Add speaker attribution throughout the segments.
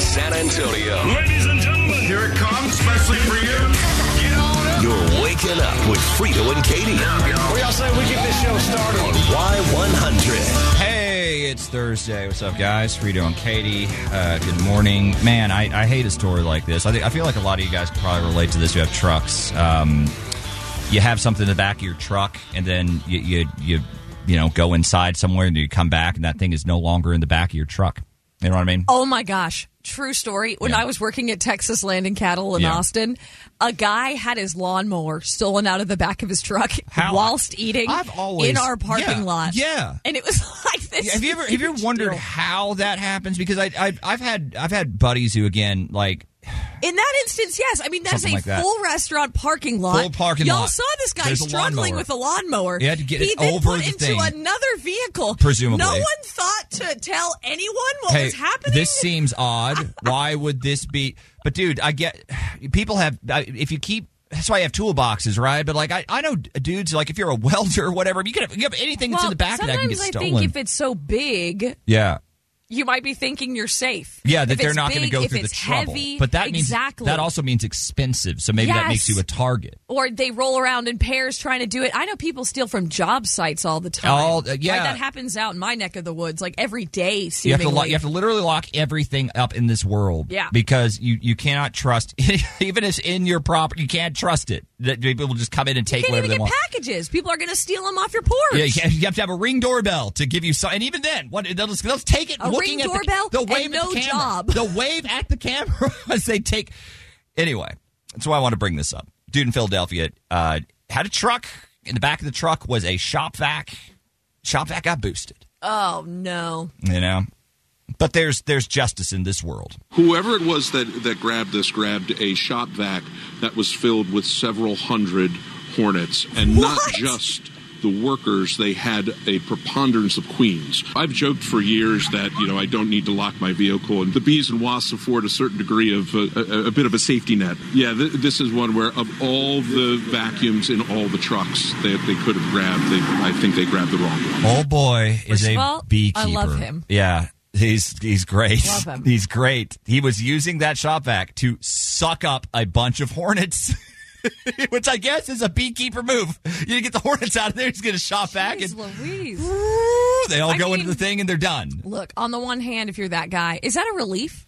Speaker 1: San Antonio.
Speaker 2: Ladies and gentlemen, here it comes, especially for you. Get on up.
Speaker 1: You're waking up with Frito and Katie
Speaker 3: What y'all say we get this show started?
Speaker 1: on Y100.
Speaker 4: Hey, it's Thursday. What's up, guys? Frito and Katie. Uh, good morning, man. I, I hate a story like this. I think I feel like a lot of you guys can probably relate to this. You have trucks. Um, you have something in the back of your truck, and then you you you, you know go inside somewhere, and you come back, and that thing is no longer in the back of your truck. You know what I mean?
Speaker 5: Oh my gosh. True story. When
Speaker 4: Yeah.
Speaker 5: I was working at Texas Land and Cattle in
Speaker 4: Yeah.
Speaker 5: Austin, a guy had his lawnmower stolen out of the back of his truck
Speaker 4: How-
Speaker 5: whilst eating
Speaker 4: I've always-
Speaker 5: in our parking
Speaker 4: yeah,
Speaker 5: lot.
Speaker 4: yeah.
Speaker 5: And it was like this.
Speaker 4: Yeah, have you ever have you ever
Speaker 5: huge
Speaker 4: wondered
Speaker 5: deal.
Speaker 4: how that happens? Because I, I I've had I've had buddies who again like
Speaker 5: In that instance, yes. I mean, that's
Speaker 4: Something
Speaker 5: a
Speaker 4: like that.
Speaker 5: full restaurant parking lot.
Speaker 4: Full parking
Speaker 5: Y'all
Speaker 4: lot.
Speaker 5: saw this guy
Speaker 4: There's a
Speaker 5: struggling
Speaker 4: lawnmower.
Speaker 5: with a lawnmower.
Speaker 4: He had to get
Speaker 5: he
Speaker 4: it
Speaker 5: then
Speaker 4: over
Speaker 5: put
Speaker 4: the
Speaker 5: into
Speaker 4: thing.
Speaker 5: another vehicle.
Speaker 4: Presumably.
Speaker 5: no one thought to tell anyone what was happening.
Speaker 4: This seems odd. Why would this be? But dude, I get people have. I- If you keep, that's why you have toolboxes, right? But like, I, I know dudes like if you're a welder or whatever, you could have, you have anything that's in the back of that can get
Speaker 5: sometimes I
Speaker 4: stolen.
Speaker 5: think if it's so big,
Speaker 4: yeah.
Speaker 5: you might be thinking you're safe.
Speaker 4: Yeah, that
Speaker 5: If
Speaker 4: they're
Speaker 5: it's
Speaker 4: not going to
Speaker 5: big,
Speaker 4: go
Speaker 5: if
Speaker 4: through the
Speaker 5: it's
Speaker 4: trouble,
Speaker 5: Heavy,
Speaker 4: but that means
Speaker 5: exactly.
Speaker 4: that also means expensive. So maybe that makes
Speaker 5: Yes.
Speaker 4: you a target.
Speaker 5: or they roll around in pairs trying to do it. I know people steal from job sites all the time.
Speaker 4: All- uh,
Speaker 5: Like,
Speaker 4: yeah.
Speaker 5: that happens out in my neck of the woods, like every day.
Speaker 4: You have
Speaker 5: Seemingly,
Speaker 4: to lo- you have to literally lock everything up in this world,
Speaker 5: Yeah.
Speaker 4: Because you you cannot trust even if it's in your property, you can't trust it. That people will just come in and take
Speaker 5: You can't
Speaker 4: whatever
Speaker 5: even
Speaker 4: they
Speaker 5: get
Speaker 4: want.
Speaker 5: packages. People are going to steal them off your porch.
Speaker 4: Yeah, you have- you have to have a ring doorbell to give you some. And even then, what they'll, just, they'll just take it.
Speaker 5: A
Speaker 4: looking
Speaker 5: ring
Speaker 4: at the-
Speaker 5: doorbell
Speaker 4: they'll
Speaker 5: and
Speaker 4: wave at
Speaker 5: no
Speaker 4: the camera.
Speaker 5: job.
Speaker 4: They'll wave at the camera as they take. Anyway, that's why I want to bring this up. Dude in Philadelphia uh, had a truck. In the back of the truck was a shop vac. Shop vac got boosted.
Speaker 5: Oh no!
Speaker 4: You know, but there's there's justice in this world.
Speaker 6: Whoever it was that, that grabbed this grabbed a shop vac that was filled with several hundred hornets, and
Speaker 5: What?
Speaker 6: not just the workers. They had a preponderance of queens. I've joked for years that you know I don't need to lock my vehicle, and the bees and wasps afford a certain degree of uh, a, a bit of a safety net. Yeah, th- this is one where of all the vacuums in all the trucks that they could have grabbed, they, I think they grabbed the wrong one.
Speaker 4: Old Oh boy is
Speaker 5: First
Speaker 4: a
Speaker 5: of all,
Speaker 4: beekeeper.
Speaker 5: I love him.
Speaker 4: Yeah. He's he's great.
Speaker 5: Love him.
Speaker 4: He's great. He was using that shop vac to suck up a bunch of hornets. Which I guess is a beekeeper move. You get the hornets out of there, he's gonna shop vac
Speaker 5: Jeez
Speaker 4: and
Speaker 5: Louise.
Speaker 4: they all
Speaker 5: I
Speaker 4: go into the
Speaker 5: mean-
Speaker 4: thing and they're done.
Speaker 5: Look, on the one hand, if you're that guy, is that a relief?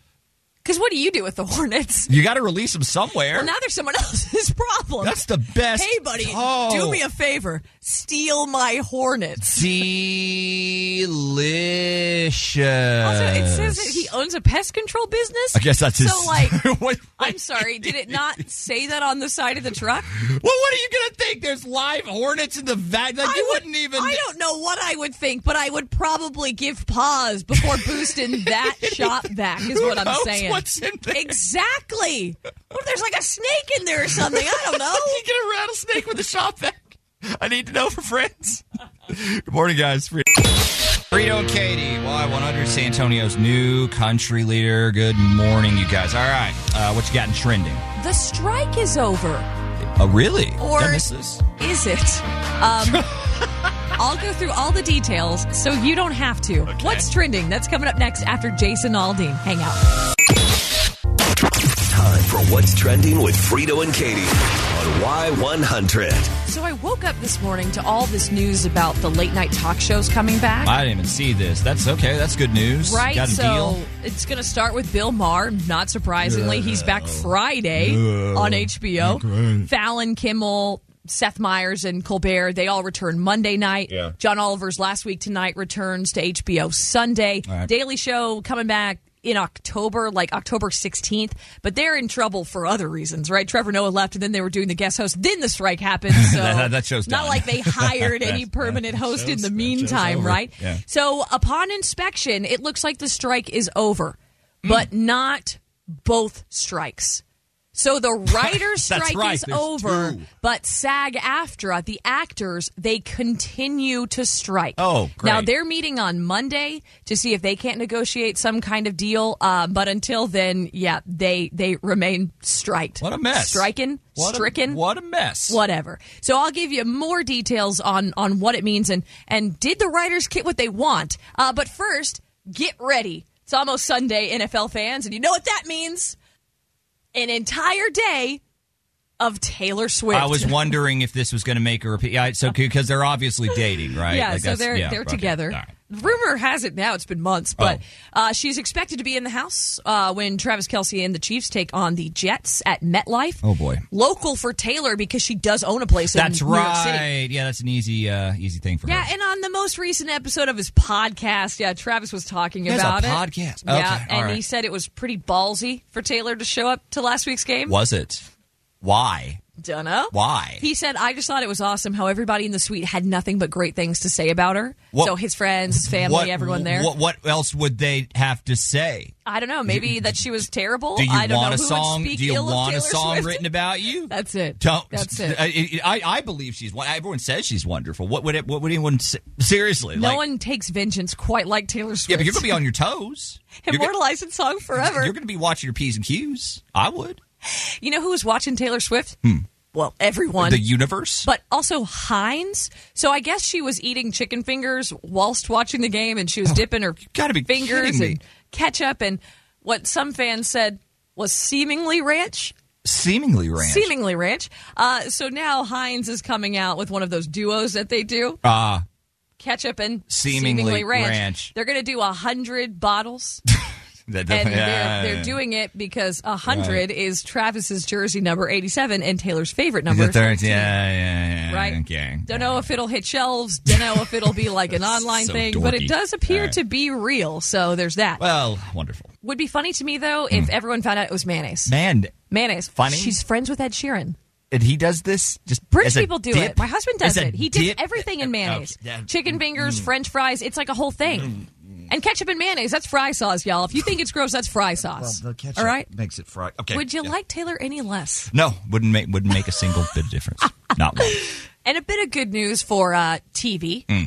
Speaker 5: Because what do you do with the hornets?
Speaker 4: You gotta release them somewhere.
Speaker 5: Well, now there's someone else's problem.
Speaker 4: That's the best.
Speaker 5: Hey, buddy,
Speaker 4: Oh.
Speaker 5: do me a favor. Steal my hornets.
Speaker 4: Delicious.
Speaker 5: Also, it says that he owns a pest control business.
Speaker 4: I guess that's his
Speaker 5: So, like,
Speaker 4: What-
Speaker 5: I'm sorry, did it not say that on the side of the truck?
Speaker 4: Well, what are you gonna think? There's live hornets in the vac. Like, you
Speaker 5: I
Speaker 4: wouldn't even.
Speaker 5: I don't know what I would think, but I would probably give pause before boosting that shot back. Is
Speaker 4: Who
Speaker 5: what I'm
Speaker 4: knows
Speaker 5: saying.
Speaker 4: what's in there?
Speaker 5: Exactly. What if there's like a snake in there or something? I don't know.
Speaker 4: you get a rattlesnake with a shop vac. I need to know for friends. Good morning, guys. Frito Frito and Katie, Y100 San Antonio's new country leader. Good morning, you guys. All right, uh, what you got in trending?
Speaker 5: The strike is over.
Speaker 4: Oh, really? Did I
Speaker 5: Or-
Speaker 4: miss this?
Speaker 5: Is it? Um, I'll go through all the details so you don't have to. What's trending? That's coming up next after Jason Aldean. Hang out.
Speaker 1: Time for What's Trending with Frito and Katie on Y100.
Speaker 5: So I woke up this morning to all this news about the late night talk shows coming back.
Speaker 4: I didn't even see this. That's okay. That's good news.
Speaker 5: Right,
Speaker 4: Got a
Speaker 5: so
Speaker 4: deal.
Speaker 5: it's going to start with Bill Maher. Not surprisingly, he's back Friday on HBO. Fallon, Kimmel, Seth Meyers, and Colbert they all return Monday night. John Oliver's last week tonight returns to HBO Sunday.
Speaker 4: All right.
Speaker 5: Daily Show coming back in October, like October 16th, but they're in trouble for other reasons, right? Trevor Noah left, and then they were doing the guest host. Then the strike happened, so
Speaker 4: That- that show's
Speaker 5: not
Speaker 4: done.
Speaker 5: like they hired any permanent host in the meantime, right?
Speaker 4: Yeah.
Speaker 5: So, upon inspection, it looks like the strike is over,
Speaker 4: Mm.
Speaker 5: but not both strikes. So the writers'
Speaker 4: That's
Speaker 5: strike
Speaker 4: right,
Speaker 5: is
Speaker 4: there's
Speaker 5: over,
Speaker 4: two.
Speaker 5: but SAG-AFTRA, the actors, they continue to strike.
Speaker 4: Oh,
Speaker 5: now
Speaker 4: great.
Speaker 5: they're meeting on Monday to see if they can't negotiate some kind of deal. Uh, but until then, yeah, they they remain striked.
Speaker 4: What a mess.
Speaker 5: Striking,
Speaker 4: What a-
Speaker 5: stricken
Speaker 4: what a mess.
Speaker 5: whatever. So I'll give you more details on on what it means and and did the writers get what they want? Uh, but first, get ready It's almost Sunday, NFL fans, and you know what that means? An entire day of Taylor Swift.
Speaker 4: I was wondering if this was going to make a repeat. Yeah, so because they're obviously dating, right?
Speaker 5: Yeah,
Speaker 4: Like,
Speaker 5: so
Speaker 4: that's-
Speaker 5: they're
Speaker 4: yeah,
Speaker 5: they're
Speaker 4: okay,
Speaker 5: together.
Speaker 4: all right. Oh.
Speaker 5: Rumor has it now; it's been months, but uh, she's expected to be in the house uh, when Travis Kelsey and the Chiefs take on the Jets at MetLife.
Speaker 4: Oh, boy.
Speaker 5: local for Taylor because she does own a place.
Speaker 4: That's
Speaker 5: in New York City.
Speaker 4: right. Yeah, that's an easy uh, easy thing for
Speaker 5: Yeah,
Speaker 4: her.
Speaker 5: and on the most recent episode of his podcast, yeah, Travis was talking
Speaker 4: has a
Speaker 5: about it.
Speaker 4: podcast.
Speaker 5: yeah,
Speaker 4: Okay, all
Speaker 5: and he
Speaker 4: right.
Speaker 5: said it was pretty ballsy for Taylor to show up to last week's game.
Speaker 4: Was it? Why?
Speaker 5: Dunno.
Speaker 4: Why?
Speaker 5: He said, "I just thought it was awesome how everybody in the suite had nothing but great things to say about her.
Speaker 4: What-
Speaker 5: so his friends, his family,
Speaker 4: what,
Speaker 5: everyone there.
Speaker 4: What, what else would they have to say?
Speaker 5: I don't know. Maybe that she was terrible.
Speaker 4: Do you
Speaker 5: I don't
Speaker 4: want
Speaker 5: know
Speaker 4: a
Speaker 5: who
Speaker 4: song?
Speaker 5: Would speak
Speaker 4: Do you
Speaker 5: ill of
Speaker 4: want a
Speaker 5: Taylor
Speaker 4: song
Speaker 5: Swift?
Speaker 4: written about you?
Speaker 5: That's it.
Speaker 4: Don't. uh,
Speaker 5: That's it.
Speaker 4: I, I, I believe she's. won- Everyone says she's wonderful. What would it, what would anyone say? seriously?
Speaker 5: no
Speaker 4: like,
Speaker 5: one takes vengeance quite like Taylor Swift.
Speaker 4: Yeah, but you're gonna be on your toes. You're gonna-
Speaker 5: immortalized in song forever.
Speaker 4: You're gonna be watching your p's and q's. I would. Hmm.
Speaker 5: You know who was watching Taylor Swift? Well, everyone.
Speaker 4: The universe.
Speaker 5: but also Heinz. So I guess she was eating chicken fingers whilst watching the game, and she was dipping her
Speaker 4: Oh, gotta be
Speaker 5: fingers
Speaker 4: kidding me.
Speaker 5: and ketchup and what some fans said was seemingly ranch.
Speaker 4: seemingly ran.
Speaker 5: Seemingly ranch. Uh, so now Heinz is coming out with one of those duos that they do.
Speaker 4: Ah.
Speaker 5: Ketchup and
Speaker 4: Seemingly
Speaker 5: ranch.
Speaker 4: Ranch.
Speaker 5: They're going to do a hundred bottles,
Speaker 4: that-
Speaker 5: and
Speaker 4: yeah.
Speaker 5: they're, they're doing it because a hundred is Travis's jersey number eighty-seven and Taylor's favorite
Speaker 4: The
Speaker 5: number.
Speaker 4: third,
Speaker 5: 13.
Speaker 4: yeah, yeah, yeah.
Speaker 5: right?
Speaker 4: Okay.
Speaker 5: Don't know if it'll hit shelves. Don't know if it'll be like an online
Speaker 4: So
Speaker 5: thing, but
Speaker 4: dorky.
Speaker 5: it does appear
Speaker 4: All right.
Speaker 5: to be real. So there's that.
Speaker 4: Well, wonderful.
Speaker 5: Would be funny to me though if everyone found out it was mayonnaise.
Speaker 4: Man,
Speaker 5: mayonnaise.
Speaker 4: Funny?
Speaker 5: She's friends with Ed Sheeran.
Speaker 4: and he does this just
Speaker 5: British
Speaker 4: as a
Speaker 5: people do
Speaker 4: dip?
Speaker 5: it. My husband does
Speaker 4: As a
Speaker 5: it. He dips
Speaker 4: dip?
Speaker 5: everything in mayonnaise.
Speaker 4: Okay, yeah. Mm.
Speaker 5: Chicken fingers, French fries. It's like a whole thing. And ketchup and mayonnaise. That's fry sauce, y'all. If you think it's gross, that's fry sauce.
Speaker 4: The ketchup
Speaker 5: All right.
Speaker 4: makes it fried. Okay.
Speaker 5: Would you
Speaker 4: yeah.
Speaker 5: like Taylor any less?
Speaker 4: No, wouldn't make wouldn't make a single bit of difference. Not one.
Speaker 5: And a bit of good news for uh, TV.
Speaker 4: Hmm.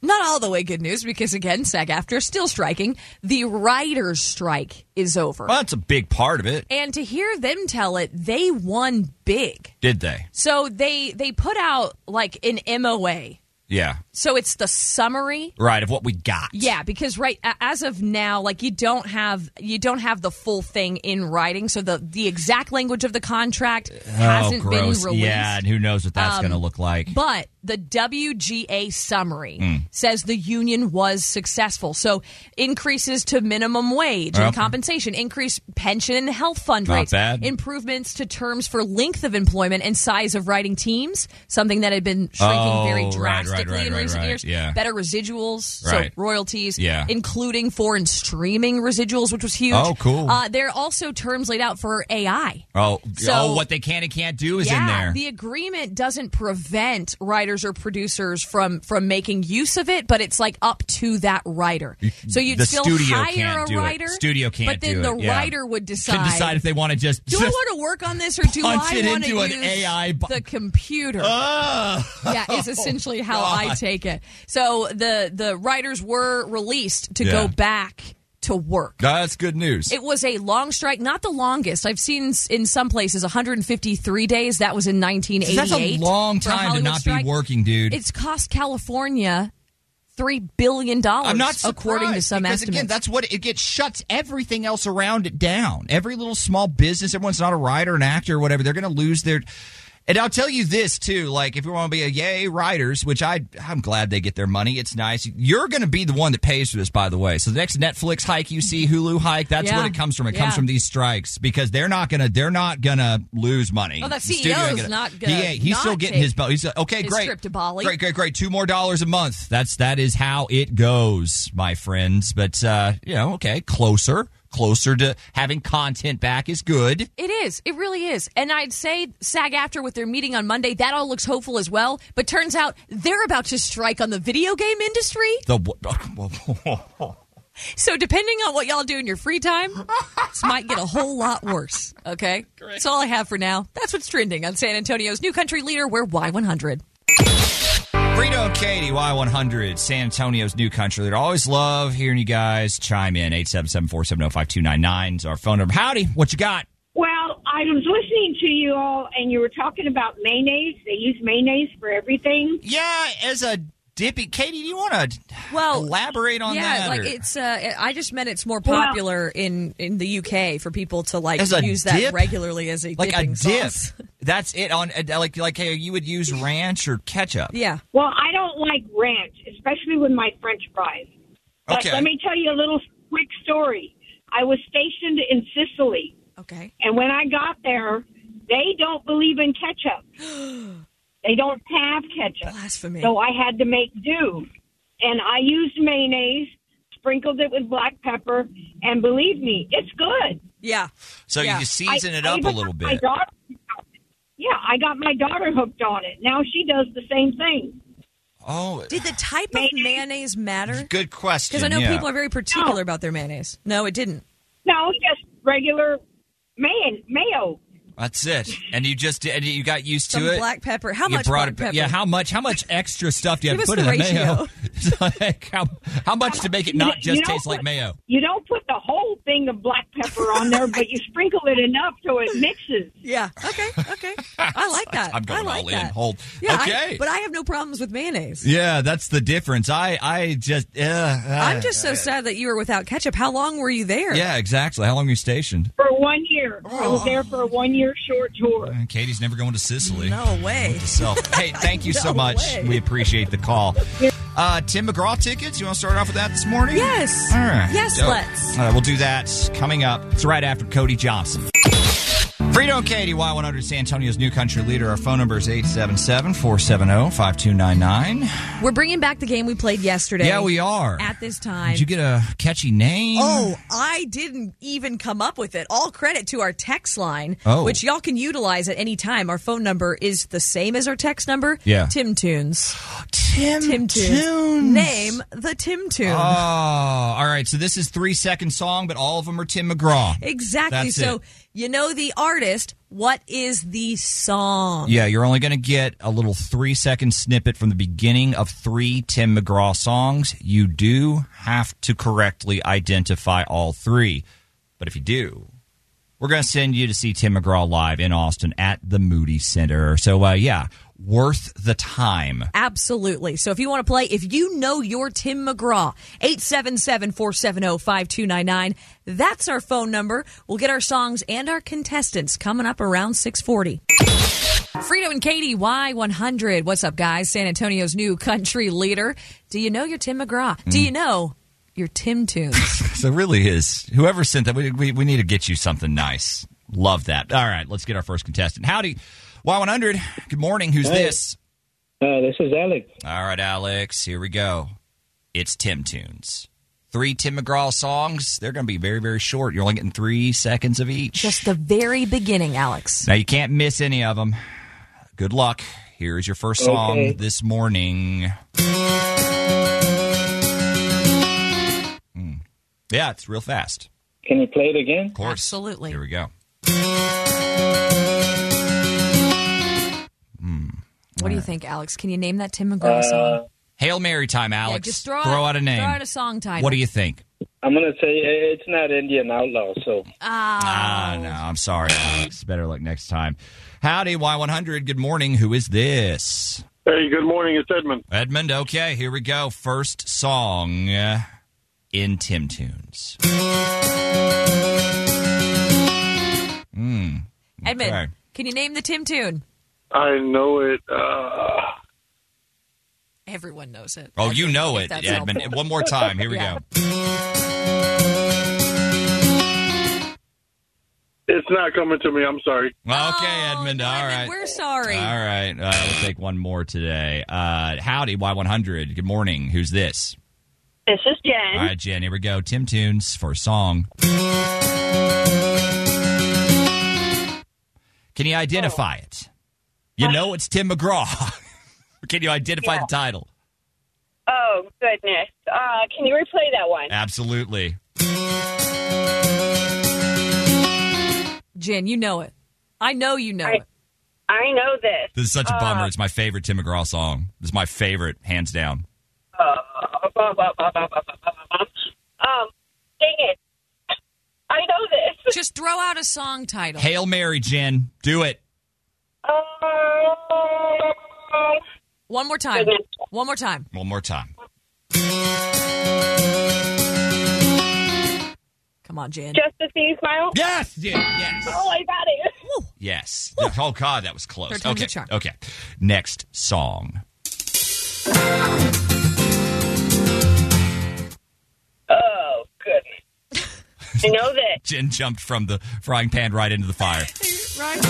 Speaker 5: Not all the way good news because, again, SAG after still striking. The writers' strike is over.
Speaker 4: Well, that's a big part of it.
Speaker 5: And to hear them tell it, they won big.
Speaker 4: Did they?
Speaker 5: So they they put out like an MOA.
Speaker 4: Yeah.
Speaker 5: So it's the summary.
Speaker 4: Right. Of what we got.
Speaker 5: Yeah, because right a- as of now, like you don't have you don't have the full thing in writing, so the the exact language of the contract hasn't
Speaker 4: oh, gross.
Speaker 5: been released. Um,
Speaker 4: Yeah, and who knows what that's going to look like.
Speaker 5: But the WGA summary
Speaker 4: Hmm.
Speaker 5: says the union was successful. So increases to minimum wage and
Speaker 4: Okay.
Speaker 5: compensation, increased pension and health fund
Speaker 4: Not
Speaker 5: rates,
Speaker 4: bad.
Speaker 5: improvements to terms for length of employment and size of writing teams, something that had been shrinking very
Speaker 4: Oh, right, right,
Speaker 5: drastically
Speaker 4: right,
Speaker 5: in
Speaker 4: right,
Speaker 5: recent
Speaker 4: right.
Speaker 5: years.
Speaker 4: Yeah.
Speaker 5: Better residuals, so
Speaker 4: Right.
Speaker 5: royalties,
Speaker 4: Yeah.
Speaker 5: including foreign streaming residuals, which was huge.
Speaker 4: Oh, cool.
Speaker 5: Uh, there are also terms laid out for AI.
Speaker 4: oh,
Speaker 5: So-
Speaker 4: oh, what they can and can't do is in there.
Speaker 5: The agreement doesn't prevent writers or producers from from making use of it, but it's like up to that writer. So you'd
Speaker 4: The
Speaker 5: still
Speaker 4: studio
Speaker 5: hire
Speaker 4: can't
Speaker 5: a
Speaker 4: do it.
Speaker 5: writer.
Speaker 4: Studio can't
Speaker 5: But then
Speaker 4: do
Speaker 5: the
Speaker 4: it, yeah.
Speaker 5: writer would
Speaker 4: Can
Speaker 5: decide.
Speaker 4: decide if they want to just.
Speaker 5: do I
Speaker 4: just-
Speaker 5: want to work on this or do I
Speaker 4: punch
Speaker 5: want
Speaker 4: it
Speaker 5: to
Speaker 4: into an
Speaker 5: use
Speaker 4: AI bu- Oh,
Speaker 5: the computer? yeah, is essentially how I
Speaker 4: God.
Speaker 5: take it. So the the writers were released to
Speaker 4: Yeah.
Speaker 5: go back to work.
Speaker 4: That's good news.
Speaker 5: It was a long strike, not the longest. I've seen s- in some places 153 days. That was in 1988.
Speaker 4: that's a long
Speaker 5: for a
Speaker 4: time to
Speaker 5: Hollywood
Speaker 4: not
Speaker 5: strike.
Speaker 4: be working, dude.
Speaker 5: It's cost California three billion dollars.
Speaker 4: I'm not
Speaker 5: according to
Speaker 4: surprised,
Speaker 5: some
Speaker 4: because,
Speaker 5: estimates.
Speaker 4: Again, that's what it gets shuts everything else around it down. Every little small business, everyone's not a writer, an actor, or whatever. They're going to lose their. And I'll tell you this too: like if you want to be a yay writers, which I I'm glad they get their money. It's nice. You're going to be the one that pays for this, by the way. So the next Netflix hike you see, Hulu hike, that's
Speaker 5: Yeah.
Speaker 4: what it comes from. It comes
Speaker 5: Yeah.
Speaker 4: from these strikes because they're not going to they're not going to lose money.
Speaker 5: Oh, that
Speaker 4: The studio ain't
Speaker 5: CEO's not gonna
Speaker 4: He ain't- he's still
Speaker 5: not
Speaker 4: getting his
Speaker 5: take
Speaker 4: belt. He's uh, okay.
Speaker 5: his
Speaker 4: great.
Speaker 5: trip to Bali.
Speaker 4: Great, great, great. Two more dollars a month. That's that is how it goes, my friends. But uh, you know, okay, closer, closer to having content back is good.
Speaker 5: It is. It really is. And I'd say SAG after with their meeting on Monday, that all looks hopeful as well. But turns out they're about to strike on the video game industry.
Speaker 4: The w-
Speaker 5: So depending on what y'all do in your free time, this might get a whole lot worse. Okay, that's all I have for now. That's what's trending on San Antonio's new country leader. We're Y one hundred.
Speaker 4: Frito and Katie, Y100, San Antonio's new country leader. Always love hearing you guys chime in. 877 470 5299 is our phone number. Howdy, what you got?
Speaker 7: Well, I was listening to you all, and you were talking about mayonnaise. They use mayonnaise for everything.
Speaker 4: Yeah, as a dippy. Katie, do you want to
Speaker 5: Well,
Speaker 4: elaborate on
Speaker 5: Oh, yeah,
Speaker 4: that?
Speaker 5: like
Speaker 4: or-
Speaker 5: it's. Uh, I just meant it's more popular in in the UK for people to like
Speaker 4: As a
Speaker 5: use
Speaker 4: dip?
Speaker 5: that regularly as a
Speaker 4: like a
Speaker 5: dipping
Speaker 4: dip.
Speaker 5: sauce.
Speaker 4: That's it. On uh, like like hey, you would use ranch or ketchup.
Speaker 5: Yeah.
Speaker 7: Well, I don't like ranch, especially with my French fries. But
Speaker 4: Okay.
Speaker 7: let me tell you a little quick story. I was stationed in Sicily,
Speaker 5: Okay.
Speaker 7: and when I got there, they don't believe in ketchup. they don't have ketchup.
Speaker 5: Blasphemy.
Speaker 7: So I had to make do. And I used mayonnaise, sprinkled it with black pepper, and believe me, it's good.
Speaker 5: Yeah.
Speaker 4: So
Speaker 5: Yeah.
Speaker 4: you season
Speaker 7: I-
Speaker 4: it
Speaker 7: I
Speaker 4: up a
Speaker 7: even
Speaker 4: little
Speaker 7: got my
Speaker 4: bit.
Speaker 7: daughter- yeah, I got my daughter hooked on it. Now she does the same thing.
Speaker 4: Oh,
Speaker 5: Did the type of mayonnaise matter?
Speaker 4: good question.
Speaker 5: Because I know
Speaker 4: yeah.
Speaker 5: people are very particular about their mayonnaise. No, it didn't.
Speaker 7: No, just regular mayo. mayo.
Speaker 4: That's it. And you just and you got used
Speaker 5: Some
Speaker 4: to it.
Speaker 5: black pepper. How
Speaker 4: you
Speaker 5: much
Speaker 4: brought
Speaker 5: black
Speaker 4: it,
Speaker 5: pepper?
Speaker 4: Yeah, how much? How much extra stuff do you have
Speaker 5: Give
Speaker 4: to put
Speaker 5: us
Speaker 4: in
Speaker 5: the
Speaker 4: the mayo?
Speaker 5: ratio.
Speaker 4: It's like, how, how much to make it not
Speaker 7: You
Speaker 4: just
Speaker 7: don't
Speaker 4: taste like
Speaker 7: put-
Speaker 4: mayo?
Speaker 7: You don't put the whole thing of black pepper on there, but you sprinkle it enough so it mixes.
Speaker 5: Yeah. Okay. Okay. I like that.
Speaker 4: I'm going
Speaker 5: Uh, I like
Speaker 4: all
Speaker 5: that.
Speaker 4: in. Hold.
Speaker 5: Yeah, I-
Speaker 4: okay.
Speaker 5: but I have no problems with mayonnaise.
Speaker 4: yeah, that's the difference. I I just uh,
Speaker 5: I'm just so sad that you were without ketchup. How long were you there?
Speaker 4: yeah Oh. exactly. How long are you stationed?
Speaker 7: For one year, I was there for a one-year short tour.
Speaker 4: And Katie's never going to Sicily.
Speaker 5: No way.
Speaker 4: So, hey, thank you so
Speaker 5: No
Speaker 4: much.
Speaker 5: way.
Speaker 4: We appreciate the call. Uh, Tim McGraw tickets. You want to start off with that this morning?
Speaker 5: Yes.
Speaker 4: All right.
Speaker 5: Yes,
Speaker 4: Dope.
Speaker 5: let's.
Speaker 4: All right, we'll do that coming up. It's right after Cody Johnson. Frito and Katie, Y100 San Antonio's new country leader. Our phone number is 877 470 5299.
Speaker 5: We're bringing back the game we played yesterday.
Speaker 4: Yeah, we are.
Speaker 5: At this time.
Speaker 4: Did you get a catchy name?
Speaker 5: Oh, I didn't even come up with it. All credit to our text line,
Speaker 4: Oh.
Speaker 5: which y'all can utilize at any time. Our phone number is the same as our text number.
Speaker 4: Yeah.
Speaker 5: Tim Tunes.
Speaker 4: Tim,
Speaker 5: Tim Tunes.
Speaker 4: Tunes.
Speaker 5: Name the Tim Tune.
Speaker 4: Oh, all right. So this is three second song, but all of them are Tim McGraw.
Speaker 5: exactly.
Speaker 4: that's
Speaker 5: So
Speaker 4: it.
Speaker 5: you know the artist. What is the song?
Speaker 4: Yeah, you're only going to get a little three second snippet from the beginning of three Tim McGraw songs. You do have to correctly identify all three. But if you do, we're going to send you to see Tim McGraw live in Austin at the Moody Center. So, uh, yeah, worth the time.
Speaker 5: Absolutely. So if you want to play, if you know your Tim McGraw, oh, 877-470-5299, that's our phone number. We'll get our songs and our contestants coming up around 640. Frito and Katie, Y100. What's up, guys? San Antonio's new country leader. Do you know your Tim McGraw?
Speaker 4: Mm.
Speaker 5: Do you know your Tim Tunes?
Speaker 4: So, it really is. Whoever sent that, we, we, we need to get you something nice. Love that. All right, let's get our first contestant. Howdy, Y100. Good morning. Who's this?
Speaker 8: Uh, this is Alex.
Speaker 4: All right, Alex, here we go. It's Tim Tunes. Three Tim McGraw songs. They're going to be very, very short. You're only getting three seconds of each.
Speaker 5: Just the very beginning, Alex.
Speaker 4: now, you can't miss any of them. Good luck. Here's your first song
Speaker 8: Okay.
Speaker 4: this morning. Hmm. Yeah, it's real fast.
Speaker 8: Can you play it again?
Speaker 4: Of course.
Speaker 5: Absolutely.
Speaker 4: Here we go.
Speaker 5: What do you think, Alex? Can you name that Tim McGraw
Speaker 4: Uh,
Speaker 5: song?
Speaker 4: Hail Mary time,
Speaker 5: Yeah,
Speaker 4: Alex.
Speaker 5: just throw,
Speaker 4: out a name.
Speaker 5: Throw out a song title.
Speaker 4: what do you think?
Speaker 8: I'm gonna say
Speaker 9: eh,
Speaker 8: uh, it's not Indian Outlaw. So
Speaker 4: Ah, no, I'm sorry, Alex. Better luck next time. Howdy, Y100. Good morning. Who is this?
Speaker 10: Hey, good morning. It's Edmund.
Speaker 4: Edmund, okay, here we go. First song uh, in Tim Tunes.
Speaker 5: Edmund,
Speaker 4: Okay.
Speaker 5: can you name the Tim Tune?
Speaker 10: I know it. Uh,
Speaker 5: Everyone knows it.
Speaker 4: Oh, you know
Speaker 5: If
Speaker 4: it,
Speaker 5: that's
Speaker 4: Edmund.
Speaker 5: helpful.
Speaker 4: One more time. Here we
Speaker 5: Yeah.
Speaker 4: go.
Speaker 10: it's not coming to me. I'm sorry.
Speaker 4: Okay,
Speaker 5: Oh,
Speaker 4: Edmund.
Speaker 5: no,
Speaker 4: All
Speaker 5: Edmund,
Speaker 4: right.
Speaker 5: We're sorry.
Speaker 4: All right. Uh, we'll take one more today. Uh, howdy, Y100. Good morning. Who's this?
Speaker 7: This is Jen.
Speaker 4: All right, Jen, here we go. Tim Tunes for a song. Can you identify it? You know it's Tim McGraw. Can you identify the title?
Speaker 7: Oh goodness! Uh, can you replay that one?
Speaker 4: Absolutely.
Speaker 5: Jen, you know it. I know you know it.
Speaker 7: I know this. Uh,
Speaker 4: This is such a
Speaker 5: Uh,
Speaker 4: bummer. It's my favorite Tim McGraw song. This is my favorite, hands down.
Speaker 7: Um, dang it! I know this.
Speaker 5: Just throw out a song title.
Speaker 4: Hail Mary, Jen. Do it.
Speaker 7: Um,
Speaker 5: One more time.
Speaker 7: goodness.
Speaker 5: One more time.
Speaker 4: One more time.
Speaker 5: Come on, Jan.
Speaker 7: Just to see you smile.
Speaker 4: Yes, yes,
Speaker 7: Oh, I got it.
Speaker 4: yes. Oh God, that was
Speaker 5: Third
Speaker 4: close.
Speaker 5: time's a
Speaker 4: Okay,
Speaker 5: charm.
Speaker 4: okay. Next song.
Speaker 7: Oh, goodness. I know that.
Speaker 4: Jen jumped from the frying pan right into the fire.
Speaker 5: Right?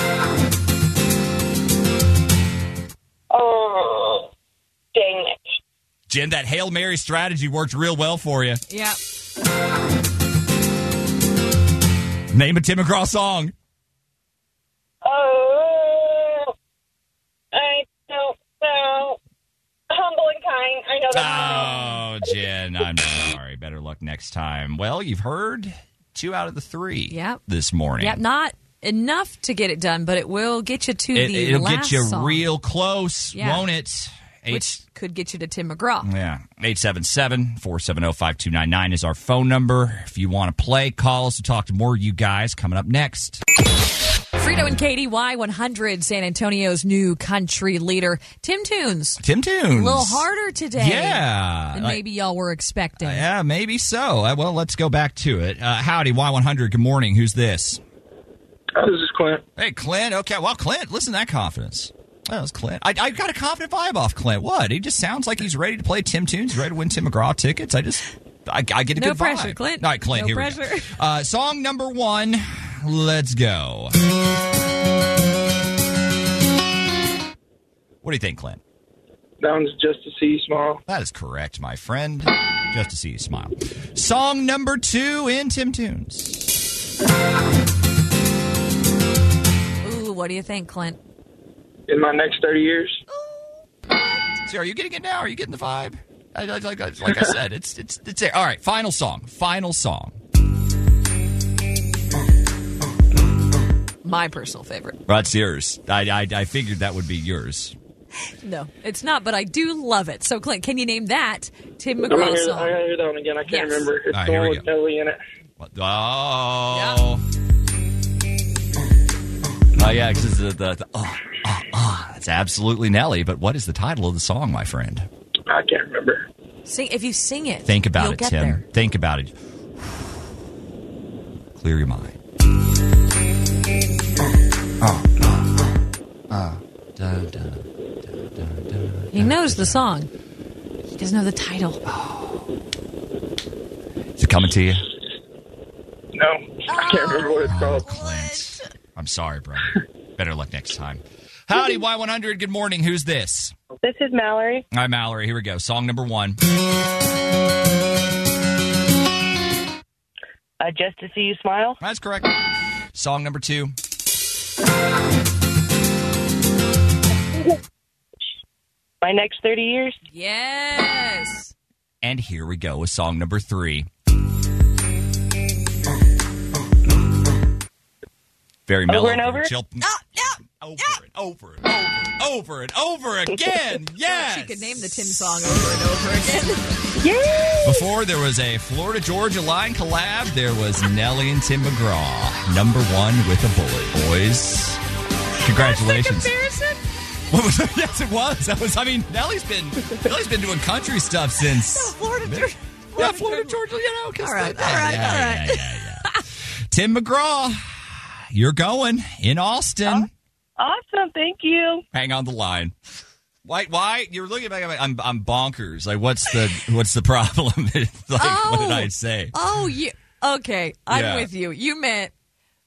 Speaker 7: Oh, dang it.
Speaker 4: Jen, that hail mary strategy worked real well for you.
Speaker 5: Yeah.
Speaker 4: Name a Tim McGraw song.
Speaker 7: Oh, I don't know. Humble and kind. I know that.
Speaker 4: Oh, Jen, I'm sorry. Better luck next time. Well, you've heard two out of the three.
Speaker 5: Yep.
Speaker 4: This morning.
Speaker 5: Yeah, not enough to get it done, but it will get you to
Speaker 4: It,
Speaker 5: the
Speaker 4: it'll
Speaker 5: last
Speaker 4: get you
Speaker 5: song,
Speaker 4: real close,
Speaker 5: Yeah.
Speaker 4: won't it? Eight,
Speaker 5: which could get you to Tim McGraw.
Speaker 4: Yeah. 877 470 5299 is our phone number. If you want to play, call us to talk to more of you guys coming up next.
Speaker 5: Frito and Katie, Y100, San Antonio's new country leader, Tim Tunes.
Speaker 4: Tim Tunes.
Speaker 5: A little harder today
Speaker 4: Yeah.
Speaker 5: than
Speaker 4: Uh, Like-
Speaker 5: maybe y'all were expecting.
Speaker 4: yeah, maybe so. Uh, well, let's go back to it. Uh, howdy, Y100. Good morning. Who's this?
Speaker 10: This is Clint.
Speaker 4: Hey, Clint. Okay. Well, Clint, listen to that confidence. That was Clint. I, I got a confident vibe off Clint. What? He just sounds like he's ready to play Tim Tunes, ready to win Tim McGraw tickets. I just, I, I get a
Speaker 5: No
Speaker 4: good
Speaker 5: pressure,
Speaker 4: vibe.
Speaker 5: Clint.
Speaker 4: All right, Clint,
Speaker 5: No
Speaker 4: here we
Speaker 5: pressure.
Speaker 4: go. Uh, song number one. Let's go. What do you think, Clint?
Speaker 8: That one's just to see you smile.
Speaker 4: That is correct, my friend. Just to see you smile. Song number two in Tim Tunes.
Speaker 5: Ooh, what do you think, Clint?
Speaker 8: In my next 30 years,
Speaker 4: See, are you getting it now? Are you getting the vibe? I- I- Like, I- like I said, it's it's it's there. All right, final song. Final song.
Speaker 5: My personal favorite.
Speaker 4: That's yours. I, I I figured that would be yours.
Speaker 5: No, it's not, but I do love it. So, Clint, can you name that Tim
Speaker 8: I'm gonna
Speaker 5: McGraw
Speaker 8: hear, I'm gonna
Speaker 5: song?
Speaker 8: hear that one again. I can't
Speaker 5: Yes.
Speaker 8: remember. It's
Speaker 4: All right,
Speaker 8: the
Speaker 4: here
Speaker 8: one
Speaker 4: we
Speaker 8: with
Speaker 4: go.
Speaker 8: Nelly in it.
Speaker 4: What- Oh. Oh yeah, because the the, the oh, oh, oh, that's absolutely Nelly. But what is the title of the song, my friend?
Speaker 8: I can't remember.
Speaker 5: Sing, if you sing it,
Speaker 4: Think about
Speaker 5: you'll
Speaker 4: it,
Speaker 5: get
Speaker 4: Tim.
Speaker 5: There.
Speaker 4: Think about it. Clear your mind.
Speaker 5: Uh.
Speaker 4: Oh. Uh.
Speaker 5: He knows the song. He doesn't know the title.
Speaker 4: Is it coming to you? Oh,
Speaker 8: No, I can't remember what it's called.
Speaker 4: Clint. I'm sorry, bro. Better luck next time. Howdy, Y100. Good morning. Who's this?
Speaker 7: This is Mallory.
Speaker 4: All right, Mallory. Here we go. Song number one.
Speaker 11: Uh, just to see you smile.
Speaker 4: That's correct. Song number two.
Speaker 11: My next 30 years.
Speaker 5: Yes.
Speaker 4: And here we go with song number three. Very mellow.
Speaker 11: and
Speaker 4: there.
Speaker 11: over?
Speaker 4: Chill- Over and over and over and over and over again. Yes.
Speaker 5: She could name the Tim song over and over again.
Speaker 4: Before there was a Florida Georgia Line collab, there was Nelly and Tim McGraw, number one with a bullet. Boys, congratulations!
Speaker 5: Comparison?
Speaker 4: What was that? Yes, it was. That was. I mean, Nelly's been Nelly's been doing country stuff since
Speaker 5: Florida Georgia.
Speaker 4: yeah, Florida Georgia. You know, 'cause
Speaker 5: All right,
Speaker 4: the-
Speaker 5: all right,
Speaker 4: yeah,
Speaker 5: all
Speaker 4: yeah,
Speaker 5: right.
Speaker 4: yeah, yeah. Tim McGraw, you're going in Austin.
Speaker 11: Awesome. Thank you.
Speaker 4: Hang on the line. Why? Why you're looking back? at me, I'm I'm bonkers. Like, what's the what's the problem? It's like, what
Speaker 5: Oh.
Speaker 4: did I say?
Speaker 5: Oh, you. Okay, I'm
Speaker 4: Yeah.
Speaker 5: with you. You meant